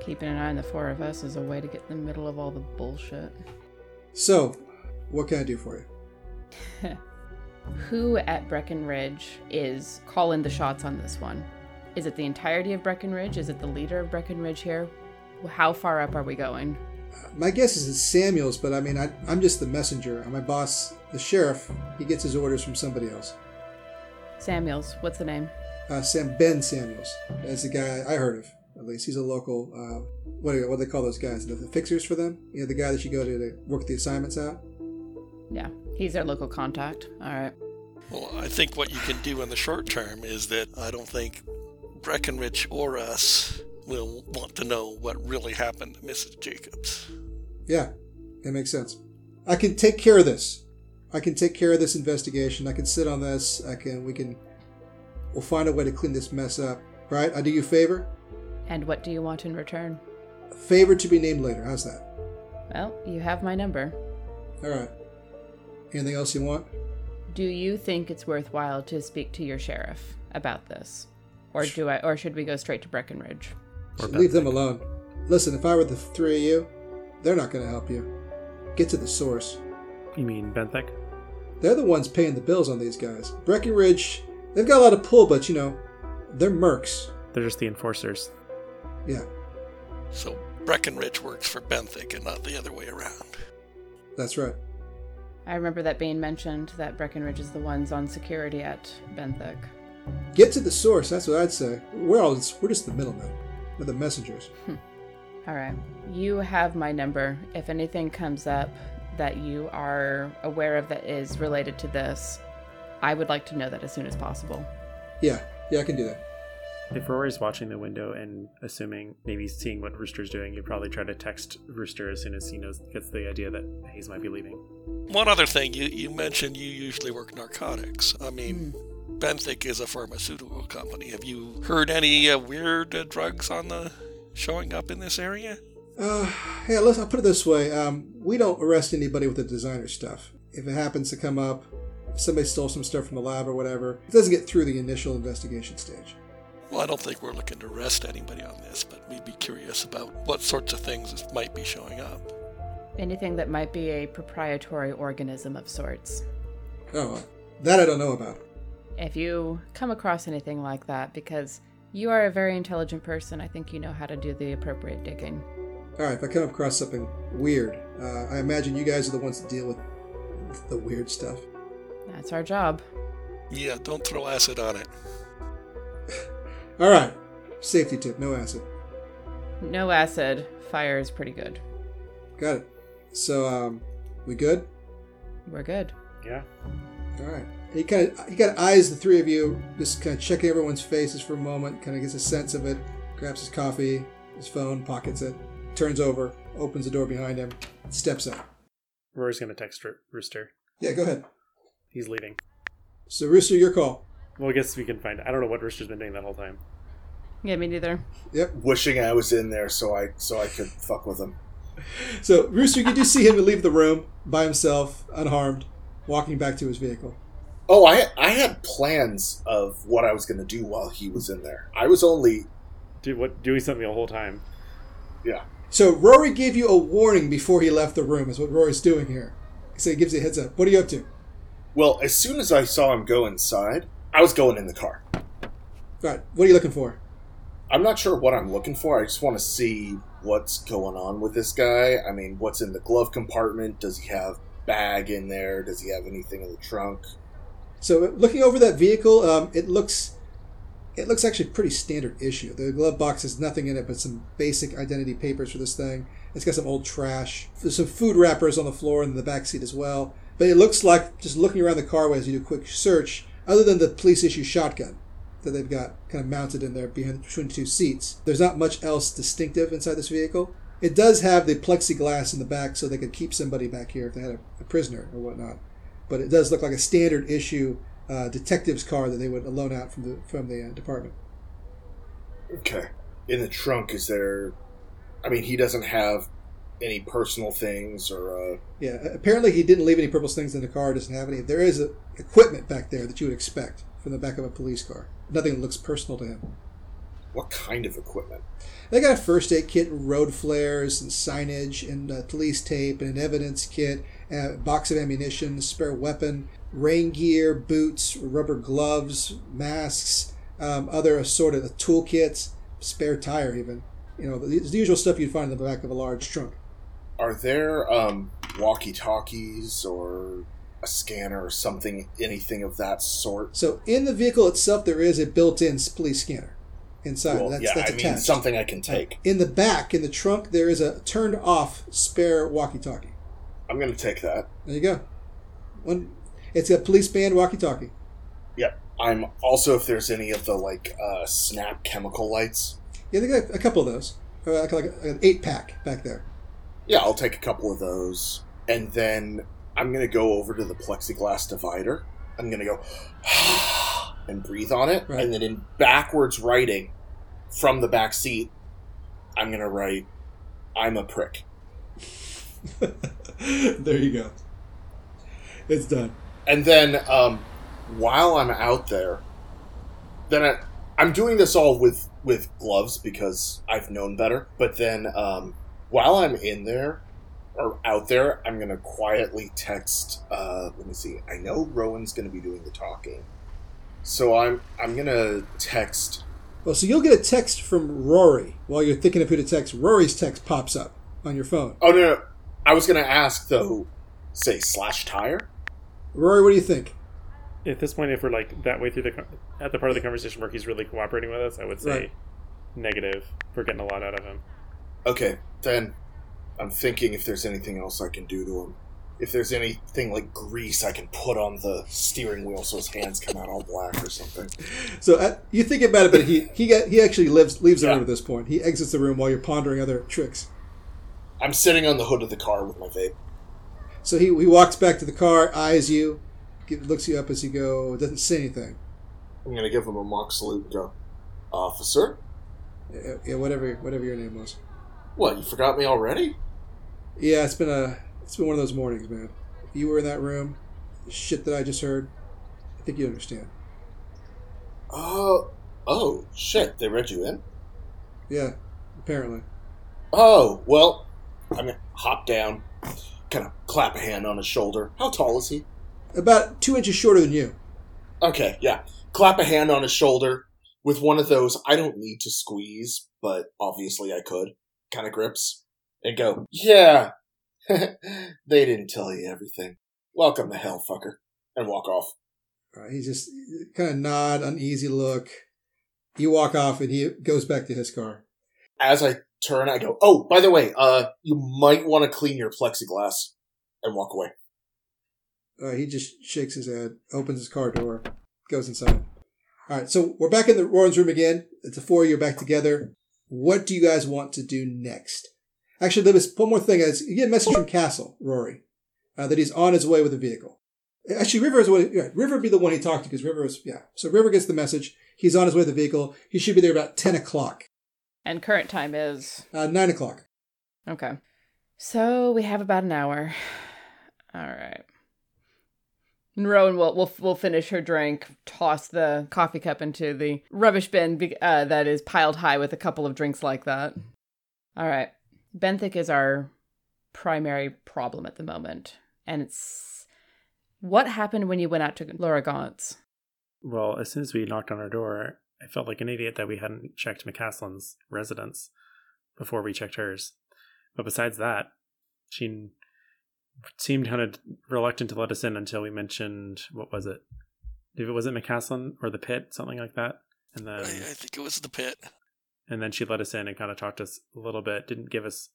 Keeping an eye on the four of us is a way to get in the middle of all the bullshit.
So, what can I do for you?
Who at Breckenridge is calling the shots on this one? Is it the entirety of Breckenridge? Is it the leader of Breckenridge here? How far up are we going?
Uh, My guess is it's Samuels, but I mean, I, I'm just the messenger. And my boss, the sheriff, he gets his orders from somebody else.
Samuels, what's the name?
uh, Sam Ben Samuels. That's the guy I heard of. At least he's a local. Uh, what do what do they call those guys? The, the fixers for them. You know, the guy that you go to to work the assignments out.
Yeah, he's our local contact. All right.
Well, I think what you can do in the short term is that I don't think Breckenridge or us will want to know what really happened to Mrs. Jacobs.
Yeah, that makes sense. I can take care of this. I can take care of this investigation. I can sit on this. I can. We can. We'll find a way to clean this mess up. Right? I do you a favor.
And what do you want in return?
Favor to be named later. How's that?
Well, you have my number.
All right. Anything else you want?
Do you think it's worthwhile to speak to your sheriff about this? Or do I or should we go straight to Breckenridge?
Or
Leave them alone. Listen, if I were the three of you, they're not going to help you. Get to the source.
You mean Benthic?
They're the ones paying the bills on these guys. Breckenridge, they've got a lot of pull, but you know, they're mercs.
They're just the enforcers.
Yeah,
So Breckenridge works for Benthic and not the other way around.
that's right.
I remember that being mentioned that Breckenridge is the ones on security at Benthic.
Get to the source. That's what I'd say. We're all we're just the middlemen. We're the messengers.
All right. You have my number. If anything comes up that you are aware of that is related to this, I would like to know that as soon as possible.
Yeah, yeah, I can do that.
If Rory's watching the window and assuming, maybe seeing what Rooster's doing, he'd probably try to text Rooster as soon as he knows gets the idea that Hayes might be leaving.
One other thing, you, you mentioned you usually work narcotics. I mean, Benthic is a pharmaceutical company. Have you heard any uh, weird uh, drugs on the showing up in this area?
Uh, hey, let's. I'll put it this way. Um, we don't arrest anybody with the designer stuff. If it happens to come up, if somebody stole some stuff from the lab or whatever, it doesn't get through the initial investigation stage.
Well, I don't think we're looking to arrest anybody on this, but we'd be curious about what sorts of things might be showing up.
Anything that might be a proprietary organism of sorts.
Oh, that I don't know about.
if you come across anything like that because you are a very intelligent person i think you know how to do the appropriate digging
All right, if I come across something weird, uh, I imagine you guys are the ones that deal with the weird stuff.
that's our job
Yeah, don't throw acid on it.
All right, safety tip: no acid.
no acid fire is pretty good
Got it. So, um, we good?
we're good
Yeah.
All right. He kind of he kind of eyes the three of you, just kind of checking everyone's faces for a moment. Kind of gets a sense of it. Grabs his coffee, his phone, pockets it, turns over, opens the door behind him, steps out.
Rory's going to text Ro- Rooster.
Yeah, go ahead.
He's leaving.
So, Rooster, your call.
Well, I guess we can find. I don't know what Rooster's been doing that whole time.
yeah me neither
Yep.
Wishing I was in there so I so I could fuck with him.
So, Rooster, you do see him leave the room by himself, unharmed, walking back to his vehicle.
Oh, I I had plans of what I was going to do while he was in there. I was only
Dude, what doing something the whole time?
yeah.
So Rory gave you a warning before he left the room. Is what Rory's doing here. So he gives you a heads up. What are you up to?
Well, as soon as I saw him go inside, I was going in the car.
All right, what are you looking for?
I'm not sure what I'm looking for. I just want to see what's going on with this guy. I mean, what's in the glove compartment? Does he have bag in there? Does he have anything in the trunk?
So uh, looking over that vehicle, um, it looks it looks actually pretty standard issue. The glove box has nothing in it but some basic identity papers for this thing. It's got some old trash. There's some food wrappers on the floor and in the back seat as well. But it looks like just looking around the carway as you do a quick search, other than the police issue shotgun that they've got kind of mounted in there behind between two seats, there's not much else distinctive inside this vehicle. It does have the plexiglass in the back so they could keep somebody back here if they had a, a prisoner or whatnot but it does look like a standard issue uh, detective's car that they would loan out from the from the uh, department.
Okay. In the trunk, is there? I mean, he doesn't have any personal things or. Uh,
Yeah, a- apparently he didn't leave any purple things in the car. Doesn't have any. There is a, equipment back there that you would expect from the back of a police car. Nothing that looks personal to him.
what kind of equipment?
They got a first aid kit, and road flares, and signage, and uh, police tape, and an evidence kit, a box of ammunition, spare weapon, rain gear, boots, rubber gloves, masks, um, other assorted toolkits, spare tire, even. You know, the, the usual stuff you'd find in the back of a large trunk.
Are there um, walkie-talkies or a scanner or something, anything of that sort?
So in the vehicle itself, there is a built-in police scanner inside.
well,
that's
yeah,
that's
I
attached.
mean something I can take.
In the back, in the trunk, there is a turned-off spare walkie-talkie.
I'm going to take that.
There you go. One, it's a police band walkie-talkie.
Yep. I'm also if there's any of the like uh, snap chemical lights.
Yeah, they got a couple of those. Uh, Like, like an eight pack back there.
Yeah, I'll take a couple of those, and then I'm going to go over to the plexiglass divider. I'm going to go [sighs] and breathe on it,
Right.
and then in backwards writing from the back seat, I'm going to write, "I'm a prick."
[laughs] there you go. It's done.
And then um, while I'm out there, then I, I'm doing this all with with gloves because I've known better. But then um, while I'm in there or out there, I'm gonna quietly text. Uh, let me see. I know Rowan's gonna be doing the talking, so I'm I'm gonna text.
Well, so you'll get a text from Rory while you're thinking of who to text. Rory's text pops up on your phone.
Oh no, no. I was gonna ask though. Say slash tire.
Rory, what do you think?
At this point, if we're like that way through the con- at the part of the conversation where he's really cooperating with us, I would say
Right.
negative. We're getting a lot out of him.
Okay, then I'm thinking if there's anything else I can do to him. If there's anything like grease I can put on the steering wheel so his hands come out all black or something.
So uh, you think about it, but he he got, he actually lives leaves the
Yeah.
room at this point. He exits the room while you're pondering other tricks.
I'm sitting on the hood of the car with my vape.
So he, he walks back to the car, eyes you, gi- looks you up as you go, doesn't say anything.
I'm gonna give him a mock salute and go, Officer?
Uh, Yeah, whatever whatever your name was.
What, you forgot me already?
Yeah, it's been a it's been one of those mornings, man. If you were in that room, the shit that I just heard, I think you understand.
Oh, oh, shit, they read you in?
Yeah, apparently.
Oh, well, I'm gonna hop down, kind of clap a hand on his shoulder. How tall is he?
About two inches shorter than you.
Okay, yeah. Clap a hand on his shoulder with one of those I don't need to squeeze, but obviously I could kind of grips and go, Yeah, [laughs] they didn't tell you everything. Welcome to hell, fucker. And walk off.
All right, Uh, he just kind of nod, uneasy look. You walk off, and he goes back to his car.
As I turn, I go, Oh, by the way, uh, you might want to clean your plexiglass and walk away. [laughs]
Uh, he just shakes his head, opens his car door, goes inside. All right, so we're back in the Rowan's room again. It's the four of you are back together. What do you guys want to do next? Actually, there was one more thing. Is you get a message from Castle Rory uh, that he's on his way with a vehicle. Actually, River is the one. Yeah, River would be the one he talked to because River is yeah. So River gets the message. He's on his way with the vehicle. He should be there about ten o'clock,
And current time is
uh, nine o'clock.
okay. So we have about an hour. [sighs] All right. And Rowan will will will finish her drink, toss the coffee cup into the rubbish bin be- uh, that is piled high with a couple of drinks like that. All right. Benthic is our primary problem at the moment, and it's what happened when you went out to Laura Gaunt's.
Well, as soon as we knocked on her door, I felt like an idiot that we hadn't checked McCaslin's residence before we checked hers. But besides that, she seemed kind of reluctant to let us in until we mentioned what was it? If it wasn't McCaslin or the pit, something like that. And then
I, I think it was the pit.
and then she let us in and kind of talked to us a little bit didn't give us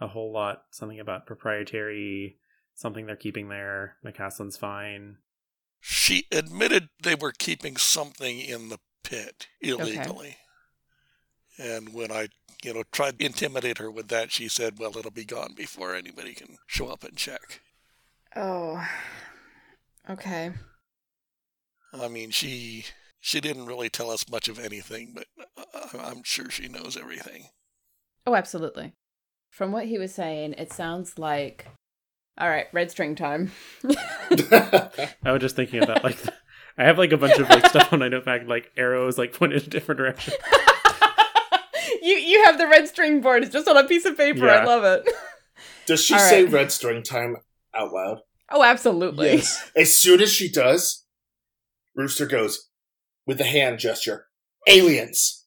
a whole lot something about proprietary something they're keeping there mccaslin's fine
She admitted they were keeping something in the pit illegally. And when I, you know, tried to intimidate her with that, she said, "Well, it'll be gone before anybody can show up and check."
Oh. Okay.
I mean, she she didn't really tell us much of anything, but I, I'm sure she knows everything.
Oh, absolutely.
From what he was saying, it sounds like. All right, red string time. [laughs]
i was just thinking about like i have like a bunch of like stuff on my notepad like arrows like pointed in different directions
you you have the red string board. It's just on a piece of paper. I
Yeah.
love it. [laughs]
Does she
All
say
right.
red string time out loud?
Oh, [laughs] absolutely.
Yes.
As soon as she does, Rooster goes with the hand gesture. Aliens.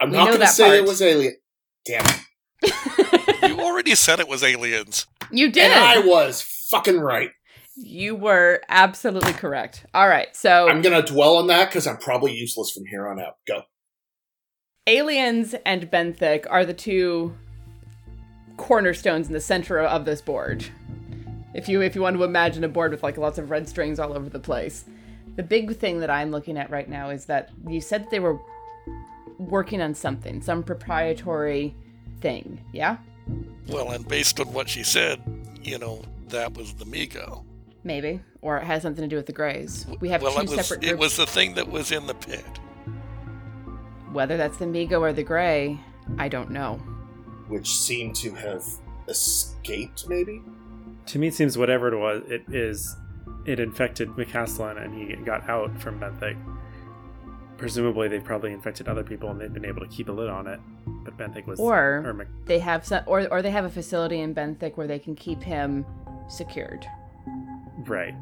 I'm
We
not
know
going to
that
say
part.
it was alien. Damn it!
you already said it was aliens.
You did.
And I was fucking right.
You were absolutely correct. All right, so
I'm going to dwell on that because I'm probably useless from here on out. Go.
aliens and benthic are the two cornerstones in the center of this board. If you if you want to imagine a board with like lots of red strings all over the place. The big thing that I'm looking at right now is that you said that they were working on something, some proprietary thing, yeah?
Well, and based on what she said, you know, that was the Migo.
Maybe, or it has something to do with the Greys. We have
well,
two
it was
separate groups.
it was the thing that was in the pit.
Whether that's the Migo or the Grey, I don't know.
Which seemed to have escaped, maybe?
to me it seems whatever it was it is it infected mccaslin and he got out from benthic presumably they've probably infected other people and they've been able to keep a lid on it but benthic was
Or-
or Mc-
they have some or, or they have a facility in benthic where they can keep him secured
right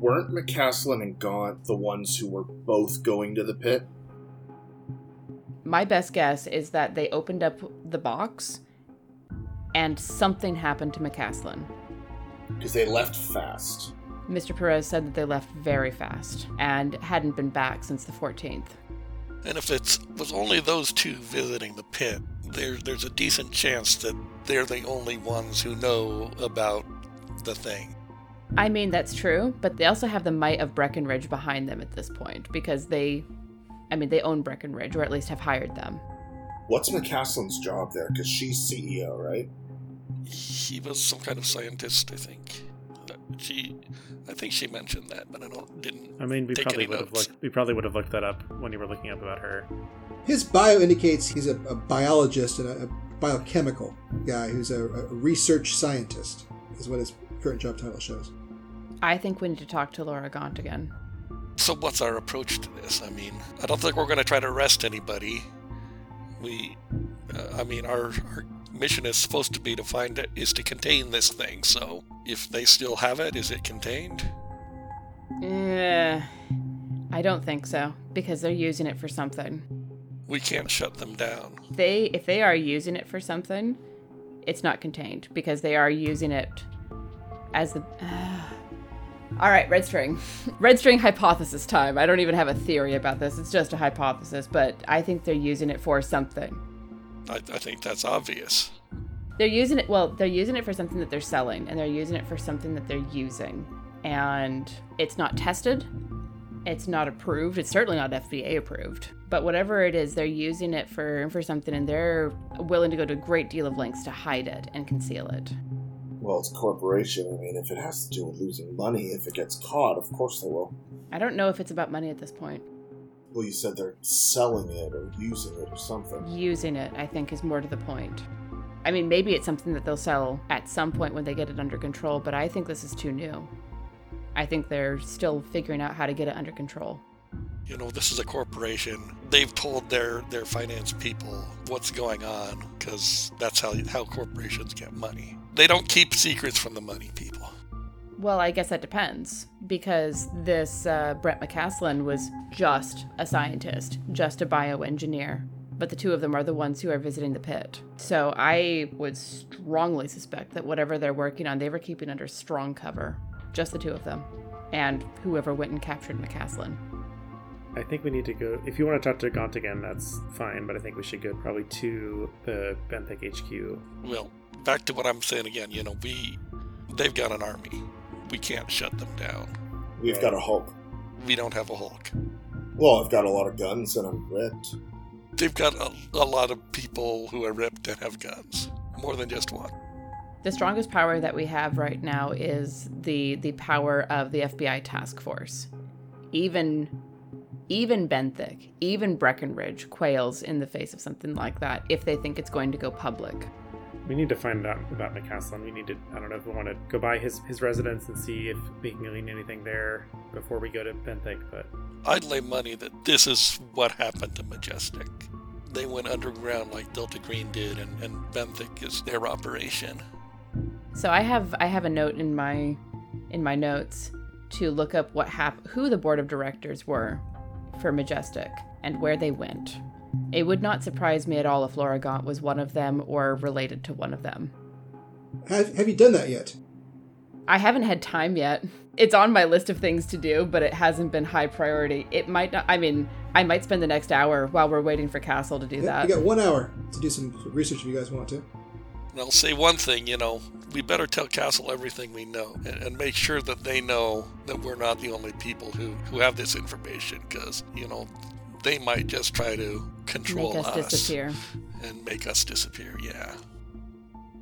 Weren't McCaslin and Gaunt the ones who were both going to the pit?
my best guess is that they opened up the box and something happened to mccaslin
Because they left fast.
mr perez said that they left very fast and hadn't been back since the 14th
And if it was only those two visiting the pit, there, there's a decent chance that they're the only ones who know about the thing.
i mean that's true but they also have the might of breckenridge behind them at this point because they i mean they own breckenridge or at least have hired them
What's McCaslin's job there? Because she's CEO, right?
He was some kind of scientist, I think. She, I think she mentioned that, but I don't didn't.
I mean, we
take
probably
any
would have
notes.
looked. We probably would have looked that up when you were looking up about her.
His bio indicates he's a, a biologist and a, a biochemical guy who's a, a research scientist, is what his current job title shows.
i think we need to talk to laura gaunt again
So what's our approach to this? I mean, I don't think we're going to try to arrest anybody. We, uh, I mean, our, our mission is supposed to be to find it is to contain this thing. So if they still have it, is it contained?
Eh, I don't think so because they're using it for something.
We can't shut them down.
They if they are using it for something, it's not contained because they are using it as the [sighs] All right, red string. [laughs] Red string hypothesis time. I don't even have a theory about this. It's just a hypothesis, but I think they're using it for something.
I, I think that's obvious.
They're using it well, they're using it for something that they're selling and they're using it for something that they're using. And it's not tested. It's not approved. It's certainly not FDA approved. But whatever it is, they're using it for for something and they're willing to go to a great deal of lengths to hide it and conceal it.
Well, it's a corporation. I mean, if it has to do with losing money, if it gets caught, of course they will.
I don't know if it's about money at this point.
Well, you said they're selling it or using it or something.
Using it, I think, is more to the point. I mean, maybe it's something that they'll sell at some point when they get it under control, but I think this is too new. I think they're still figuring out how to get it under control.
you know this is a corporation they've told their their finance people what's going on because that's how how corporations get money they don't keep secrets from the money people
Well, I guess that depends because this uh, Brett McCaslin was just a scientist, just a bioengineer. But the two of them are the ones who are visiting the pit. So I would strongly suspect that whatever they're working on, they were keeping under strong cover. Just the two of them. And whoever went and captured McCaslin.
I think we need to go. If you want to talk to Gaunt again, that's fine, but I think we should go probably to the Benthic HQ.
Well, back to what I'm saying again. You know, we they've got an army. We can't shut them down.
We've got a Hulk.
We don't have a Hulk.
Well, I've got a lot of guns and I'm ripped.
They've got a, a lot of people who are ripped and have guns, more than just one.
The strongest power that we have right now is the the power of the FBI task force. Even even Benthic, even Breckenridge quails in the face of something like that if they think it's going to go public.
We need to find out about McCaslin. We need to, I don't know if we want to go by his, his residence and see if we can glean anything there before we go to Benthic, but
I'd lay money that this is what happened to Majestic. They went underground like Delta Green did, and, and Benthic is their operation.
So I have I have a note in my in my notes to look up what hap- who the board of directors were for Majestic and where they went. It would not surprise me at all if Laura Gaunt was one of them or related to one of them.
Have, have you done that yet?
I haven't had time yet. It's on my list of things to do, but it hasn't been high priority. It might not. I mean, I might spend the next hour while we're waiting for Castle to do
Yeah,
that.
You got one hour to do some research if you guys want to.
And I'll say one thing, you know, we better tell Castle everything we know and, and make sure that they know that we're not the only people who, who have this information because, you know, they might just try to control
Make us disappear.
and make us disappear. Yeah.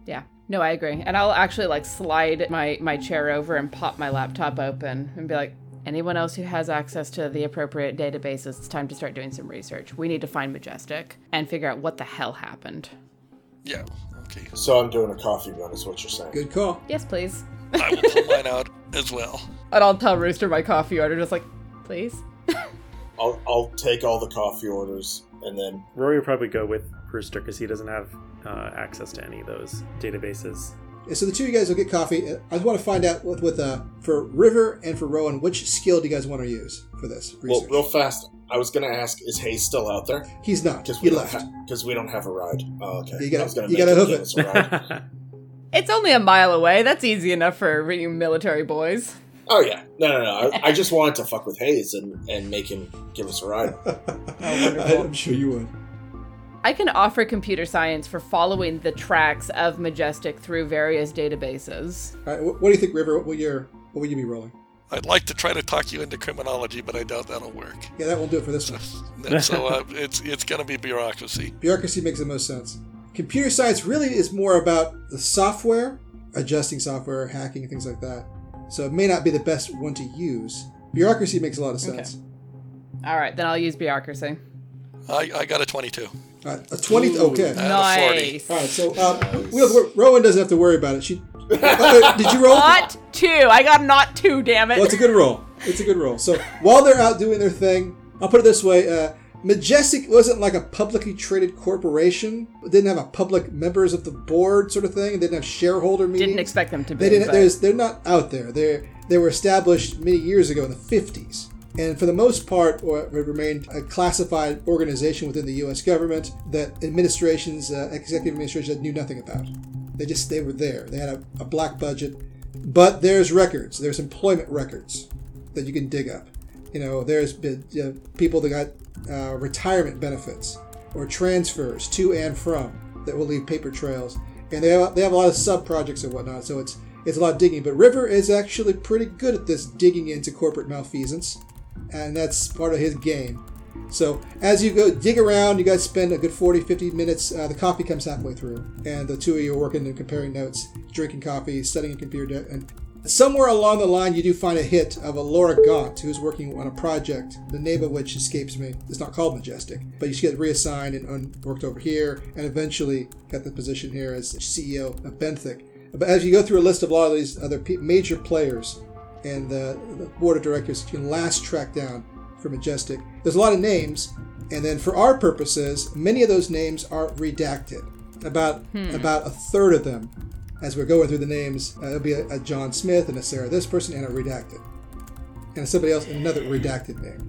Yeah. No, I agree. And I'll actually like slide my my chair over and pop my laptop open and be like, anyone else who has access to the appropriate databases, it's time to start doing some research. We need to find Majestic and figure out what the hell happened.
Yeah. Okay.
So I'm doing a coffee run, is what you're saying.
Good call.
Yes, please.
I will pull mine out as well.
And I'll tell Rooster my coffee order, just like, please.
I'll, I'll take all the coffee orders and then
Rory will probably go with Brewster because he doesn't have uh, access to any of those databases. [laughs]
Yeah, so the two of you guys will get coffee. Uh, I just want to find out with, with uh, for River and for Rowan, which skill do you guys want to use for this
well,
research?
real fast. I was gonna ask, is Hayes still out there?
He's not.
Because
He
we don't
left.
because we don't have a ride. Oh, okay.
You gotta-
I was gonna
you
make
gotta
him
hoof
give
it.
us a
[laughs]
ride.
It's only a mile away. That's easy enough for you military boys.
oh yeah, no, no, no. I, I just wanted to fuck with Hayes and and make him give us a ride.
Oh,
[laughs] I'm sure you would.
I can offer computer science for following the tracks of Majestic through various databases.
All right, what, what do you think, River? What will your what will you be rolling?
I'd like to try to talk you into criminology, but I doubt that'll work.
Yeah, that won't do it for this one.
And so uh, it's it's going to be bureaucracy.
Bureaucracy makes the most sense. Computer science really is more about the software, adjusting software, hacking, things like that. So it may not be the best one to use. Bureaucracy makes a lot of sense.
All right, then I'll use bureaucracy.
I, I got a 22.
All right, a 20th, okay.
Out of 40.
nice.
All right, so uh, we have, Rowan doesn't have to worry about it. She, Oh, wait, did you roll?
Not two. I got not two. Damn it.
Well, it's a good roll. It's a good roll. So while they're out doing their thing, I'll put it this way: uh, Majestic wasn't like a publicly traded corporation. It didn't have a public members of the board sort of thing. It didn't have shareholder meetings.
Didn't expect them to be.
They didn't.
but-
There's, they're not out there. They they were established many years ago in the 50s, and for the most part, or it remained a classified organization within the U.S. government that administrations, uh, executive administrations, that knew nothing about. They just they were there. They had a, a black budget, but there's records. There's employment records that you can dig up. You know, there's been you know, people that got uh, retirement benefits or transfers to and from that will leave paper trails, and they have, they have a lot of sub projects and whatnot. So it's it's a lot of digging. But River is actually pretty good at this digging into corporate malfeasance, and that's part of his game. So as you go dig around, you guys spend a good 40, 50 minutes. Uh, the coffee comes halfway through, and the two of you are working and comparing notes, drinking coffee, studying computer, de- and somewhere along the line you do find a hit of a Laura Gaunt who's working on a project, the name of which escapes me. It's not called Majestic, but you get reassigned and un- worked over here, and eventually got the position here as CEO of Benthic. But as you go through a list of a lot of these other pe- major players, and the, the board of directors you can last track down for Majestic. There's a lot of names, and then for our purposes, many of those names are redacted. About about a third of them as we're going through the names, uh, it'll be a, a John Smith and a Sarah this person and a redacted, and somebody else another redacted name.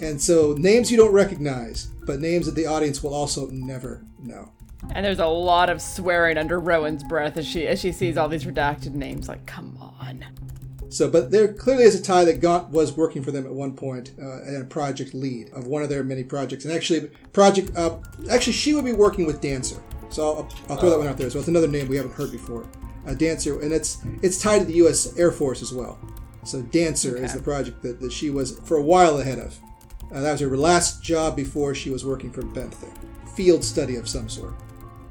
And so names you don't recognize, but names that the audience will also never know.
And there's a lot of swearing under Rowan's breath as she as she sees all these redacted names. Like, come on.
So, but there clearly is a tie that Gaunt was working for them at one point uh, and a project lead of one of their many projects. And actually, project uh, actually she would be working with Dancer. So I'll, I'll throw that one out there as well. It's another name we haven't heard before, uh, Dancer, and it's it's tied to the U.S. Air Force as well. So Dancer is the project that, that she was for a while ahead of. Uh, that was her last job before she was working for Benthic, field study of some sort.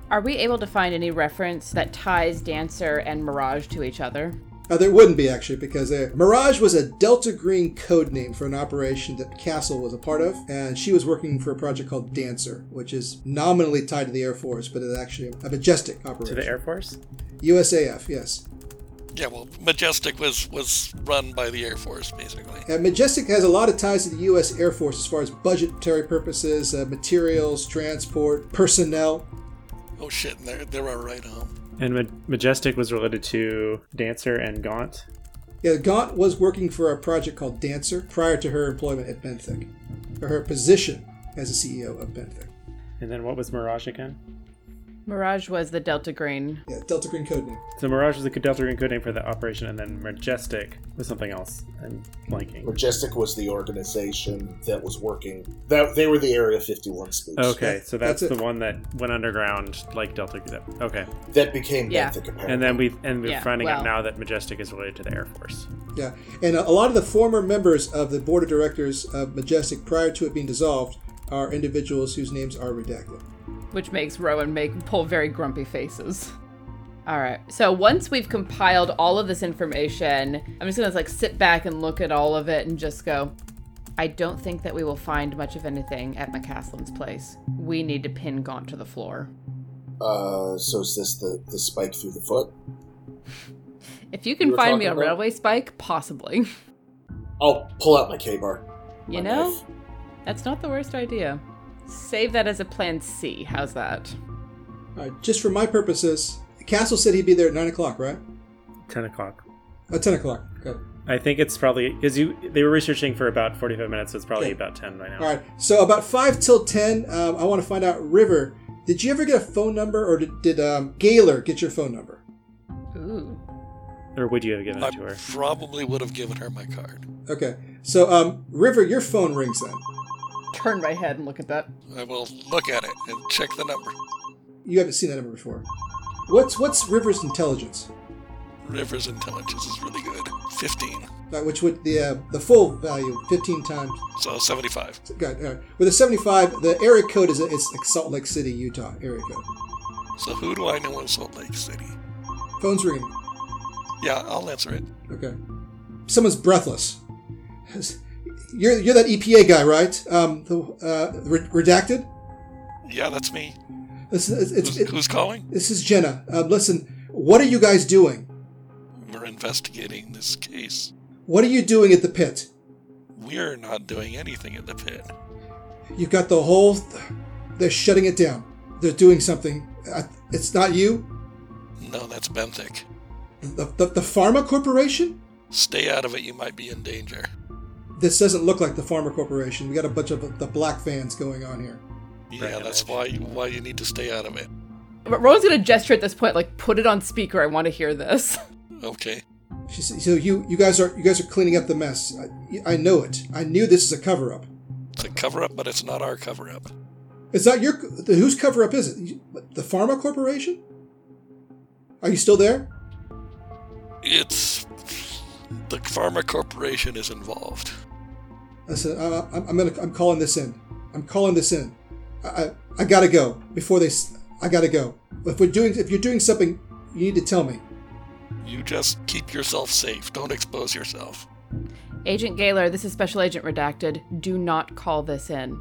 Are we able to find any reference that ties Dancer and Mirage to each other?
Uh, there wouldn't be actually, because uh, Mirage was a Delta Green code name for an operation that Castle was a part of, and she was working for a project called Dancer, which is nominally tied to the Air Force, but it's actually a majestic
To
operation.
the Air Force?
USAF, yes.
Yeah, well, Majestic was was run by the Air Force basically.
Uh, Majestic has a lot of ties to the U.S. Air Force as far as budgetary purposes, uh, materials, transport, personnel.
Oh shit, and they're they're all right home.
And Ma- Majestic was related to Dancer and Gaunt.
Yeah, Gaunt was working for a project called Dancer prior to her employment at Benthic, or her position as a CEO of Benthic.
And then what was Mirage again?
Mirage was the Delta Green.
Yeah, Delta Green code name.
So Mirage was the Delta Green code name for the operation, and then Majestic was something else. I'm blanking.
Majestic was the organization that was working. That they were the Area 51 spooks
Okay, so that's,
That's it.
the one that went underground, like Delta. that- Okay,
that became
Yeah.
Benthic. Apparently.
and then we and we're
Yeah,
finding
well.
out now that Majestic is related to the Air Force.
Yeah, and a a lot of the former members of the board of directors of Majestic prior to it being dissolved are individuals whose names are redacted.
which makes Rowan make pull very grumpy faces. All right. So once we've compiled all of this information, I'm just gonna like sit back and look at all of it and just go. I don't think that we will find much of anything at McCaslin's place. We need to pin Gaunt to the floor.
Uh, so is this the the spike through the foot?
If you
We
can
were
find me a
talking about-
railway spike, possibly. [laughs]
I'll pull out my K bar.
You know, that's not the worst idea. Save that as a plan C. How's that?
All right, just for my purposes, Castle said he'd be there at 9 o'clock, right?
Ten o'clock.
Uh, 10 o'clock. Okay.
I think it's probably because you they were researching for about forty-five minutes, so it's probably
Okay.
about ten by now.
All right, so about 5 till 10, um, I want to find out, River, did you ever get a phone number or did, did um, Gaylor get your phone number?
Ooh.
Or would you have given
I
it to her?
probably would have given her my card.
Okay, so um, River, your phone rings then.
Turn my head and look at that.
I will look at it and check the number.
You haven't seen that number before. What's, what's River's intelligence?
River's intelligence is really good. 15.
Uh, which would the uh, the full value 15 times
So 75.
God, uh, with a 75, the area code is it's like Salt Lake City, Utah area code.
So who do I know in Salt Lake City?
Phone's ringing.
Yeah, I'll answer it.
Okay. Someone's breathless. You're, you're that EPA guy, right? Um, the, uh, re- redacted?
Yeah, that's me.
This is, it's,
Who's,
it,
who's calling?
this is Jenna. Um, listen, what are you guys doing?
We're investigating this case.
What are you doing at the pit?
We're not doing anything at the pit.
You've got the whole. they're shutting it down. They're doing something. Uh, it's not you?
No, that's Benthic.
The, the, the Pharma Corporation?
Stay out of it, you might be in danger.
This doesn't look like the Pharma Corporation. We got a bunch of the black fans going on here.
Yeah, that's why why you need to stay out of it.
But Rowan's gonna gesture at this point, like, put it on speaker. I want to hear this. [laughs]
Okay.
She said, "So you you guys are you guys are cleaning up the mess. I, I know it. I knew this is a cover up.
It's a cover up, but it's not our cover up.
It's not your the, whose cover up is it? You- The pharma corporation? Are you still there?
It's. The Pharma Corporation is involved.
I said, I, I'm I'm, gonna, I'm calling this in. I'm calling this in. I, I I gotta go before they. s- I gotta go. If we're doing if you're doing something, you need to tell me.
You just keep yourself safe. Don't expose yourself.
Agent Gaylor, this is Special Agent Redacted. Do not call this in.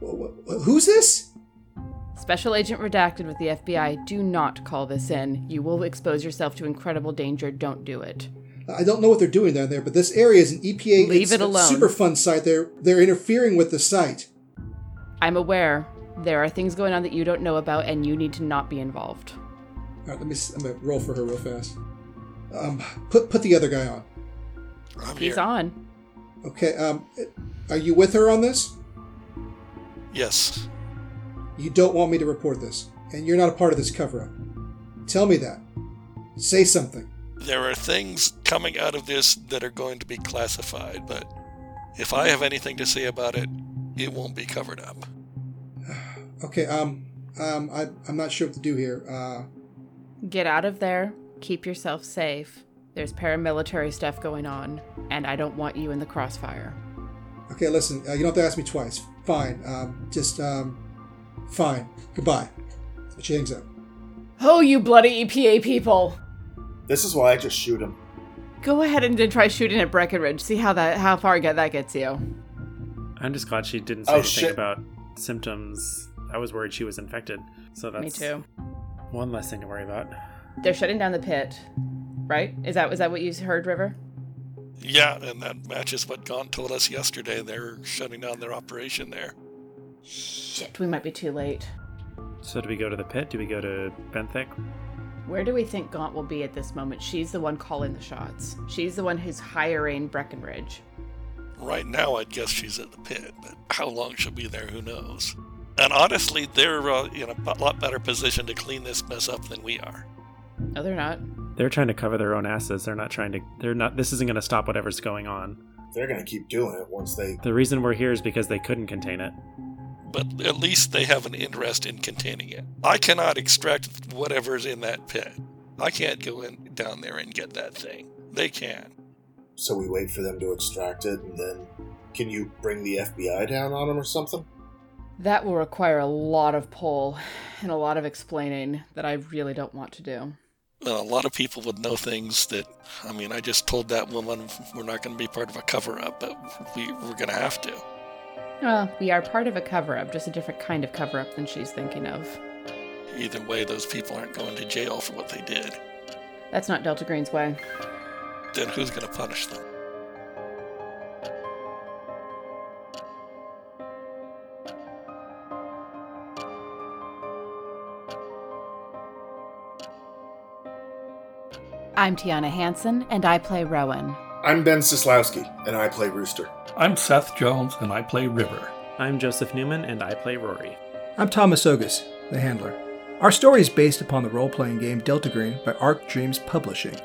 Wh- wh- Who's this?
Special Agent Redacted with the FBI, do not call this in. You will expose yourself to incredible danger. Don't do it.
I don't know what they're doing down there, but this area is an
E
EPA
Leave
it's
it
a
alone.
Superfund site. They're they're interfering with the site.
I'm aware there are things going on that you don't know about, and you need to not be involved.
All right, let me. s- I'm gonna roll for her real fast. Um, put put the other guy on.
I'm
He's
here.
on.
Okay. Um, are you with her on this?
Yes.
You don't want me to report this, and you're not a part of this cover up. Tell me that. Say something.
There are things coming out of this that are going to be classified, but if I have anything to say about it, it won't be covered up.
Okay. Um. Um. I, I'm not sure what to do here. Uh.
Get out of there. Keep yourself safe. There's paramilitary stuff going on, and I don't want you in the crossfire.
Okay. Listen. Uh, you don't have to ask me twice. Fine. Um. Just. Um. Fine. Goodbye. She hangs up.
Oh, you bloody EPA people!
This is why I just shoot him.
Go ahead and then try shooting at Breckenridge. See how that how far get that gets you.
I'm just glad she didn't say
Oh,
anything
shit.
about symptoms. I was worried she was infected. So that's
Me too.
one less thing to worry about.
They're shutting down the pit, right? Is that was that what you heard, River?
Yeah, and that matches what Gaunt told us yesterday. They're shutting down their operation there.
Shit, we might be too late.
So do we go to the pit? Do we go to Benthic?
Where do we think Gaunt will be at this moment? She's the one calling the shots. She's the one who's hiring Breckenridge.
Right now, I'd guess she's at the pit, but how long she'll be there, who knows? And honestly, they're uh, in a b- lot better position to clean this mess up than we are.
No, they're not.
They're trying to cover their own asses. They're not trying to. They're not. This isn't going to stop whatever's going on.
They're gonna keep doing it once they.
The reason we're here is because they couldn't contain it.
But at least they have an interest in containing it. I cannot extract whatever's in that pit. I can't go in down there and get that thing. They can.
So we wait for them to extract it, and then can you bring the FBI down on them or something?
That will require a lot of pull and a lot of explaining that I really don't want to do.
And a lot of people would know things that, I mean, I just told that woman we're not going to be part of a cover up, but we, we're going to have to.
Well, we are part of a cover up, just a different kind of cover up than she's thinking of.
Either way, those people aren't going to jail for what they did.
That's not Delta Green's way.
Then who's going to punish them?
I'm Tiana Hansen, and I play Rowan.
I'm Ben Sislowski, and I play Rooster.
I'm Seth Jones and I play River.
I'm Joseph Newman and I play Rory.
I'm Thomas Ogus, the handler. Our story is based upon the role playing game Delta Green by Arc Dreams Publishing.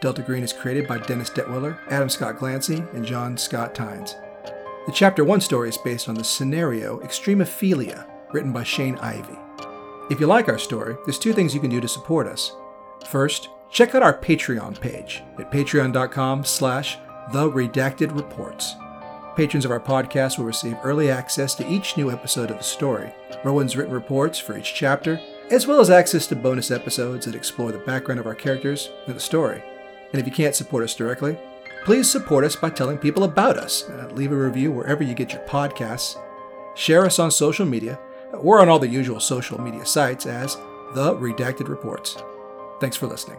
Delta Green is created by Dennis Detwiller, Adam Scott Glancy, and John Scott Tynes. The Chapter 1 story is based on the scenario Extremophilia, written by Shane Ivy. If you like our story, there's two things you can do to support us. First, check out our Patreon page at patreon.com slash the redacted reports. Patrons of our podcast will receive early access to each new episode of the story, Rowan's written reports for each chapter, as well as access to bonus episodes that explore the background of our characters and the story. And if you can't support us directly, please support us by telling people about us. Uh, leave a review wherever you get your podcasts. Share us on social media. We're on all the usual social media sites as The Redacted Reports. Thanks for listening.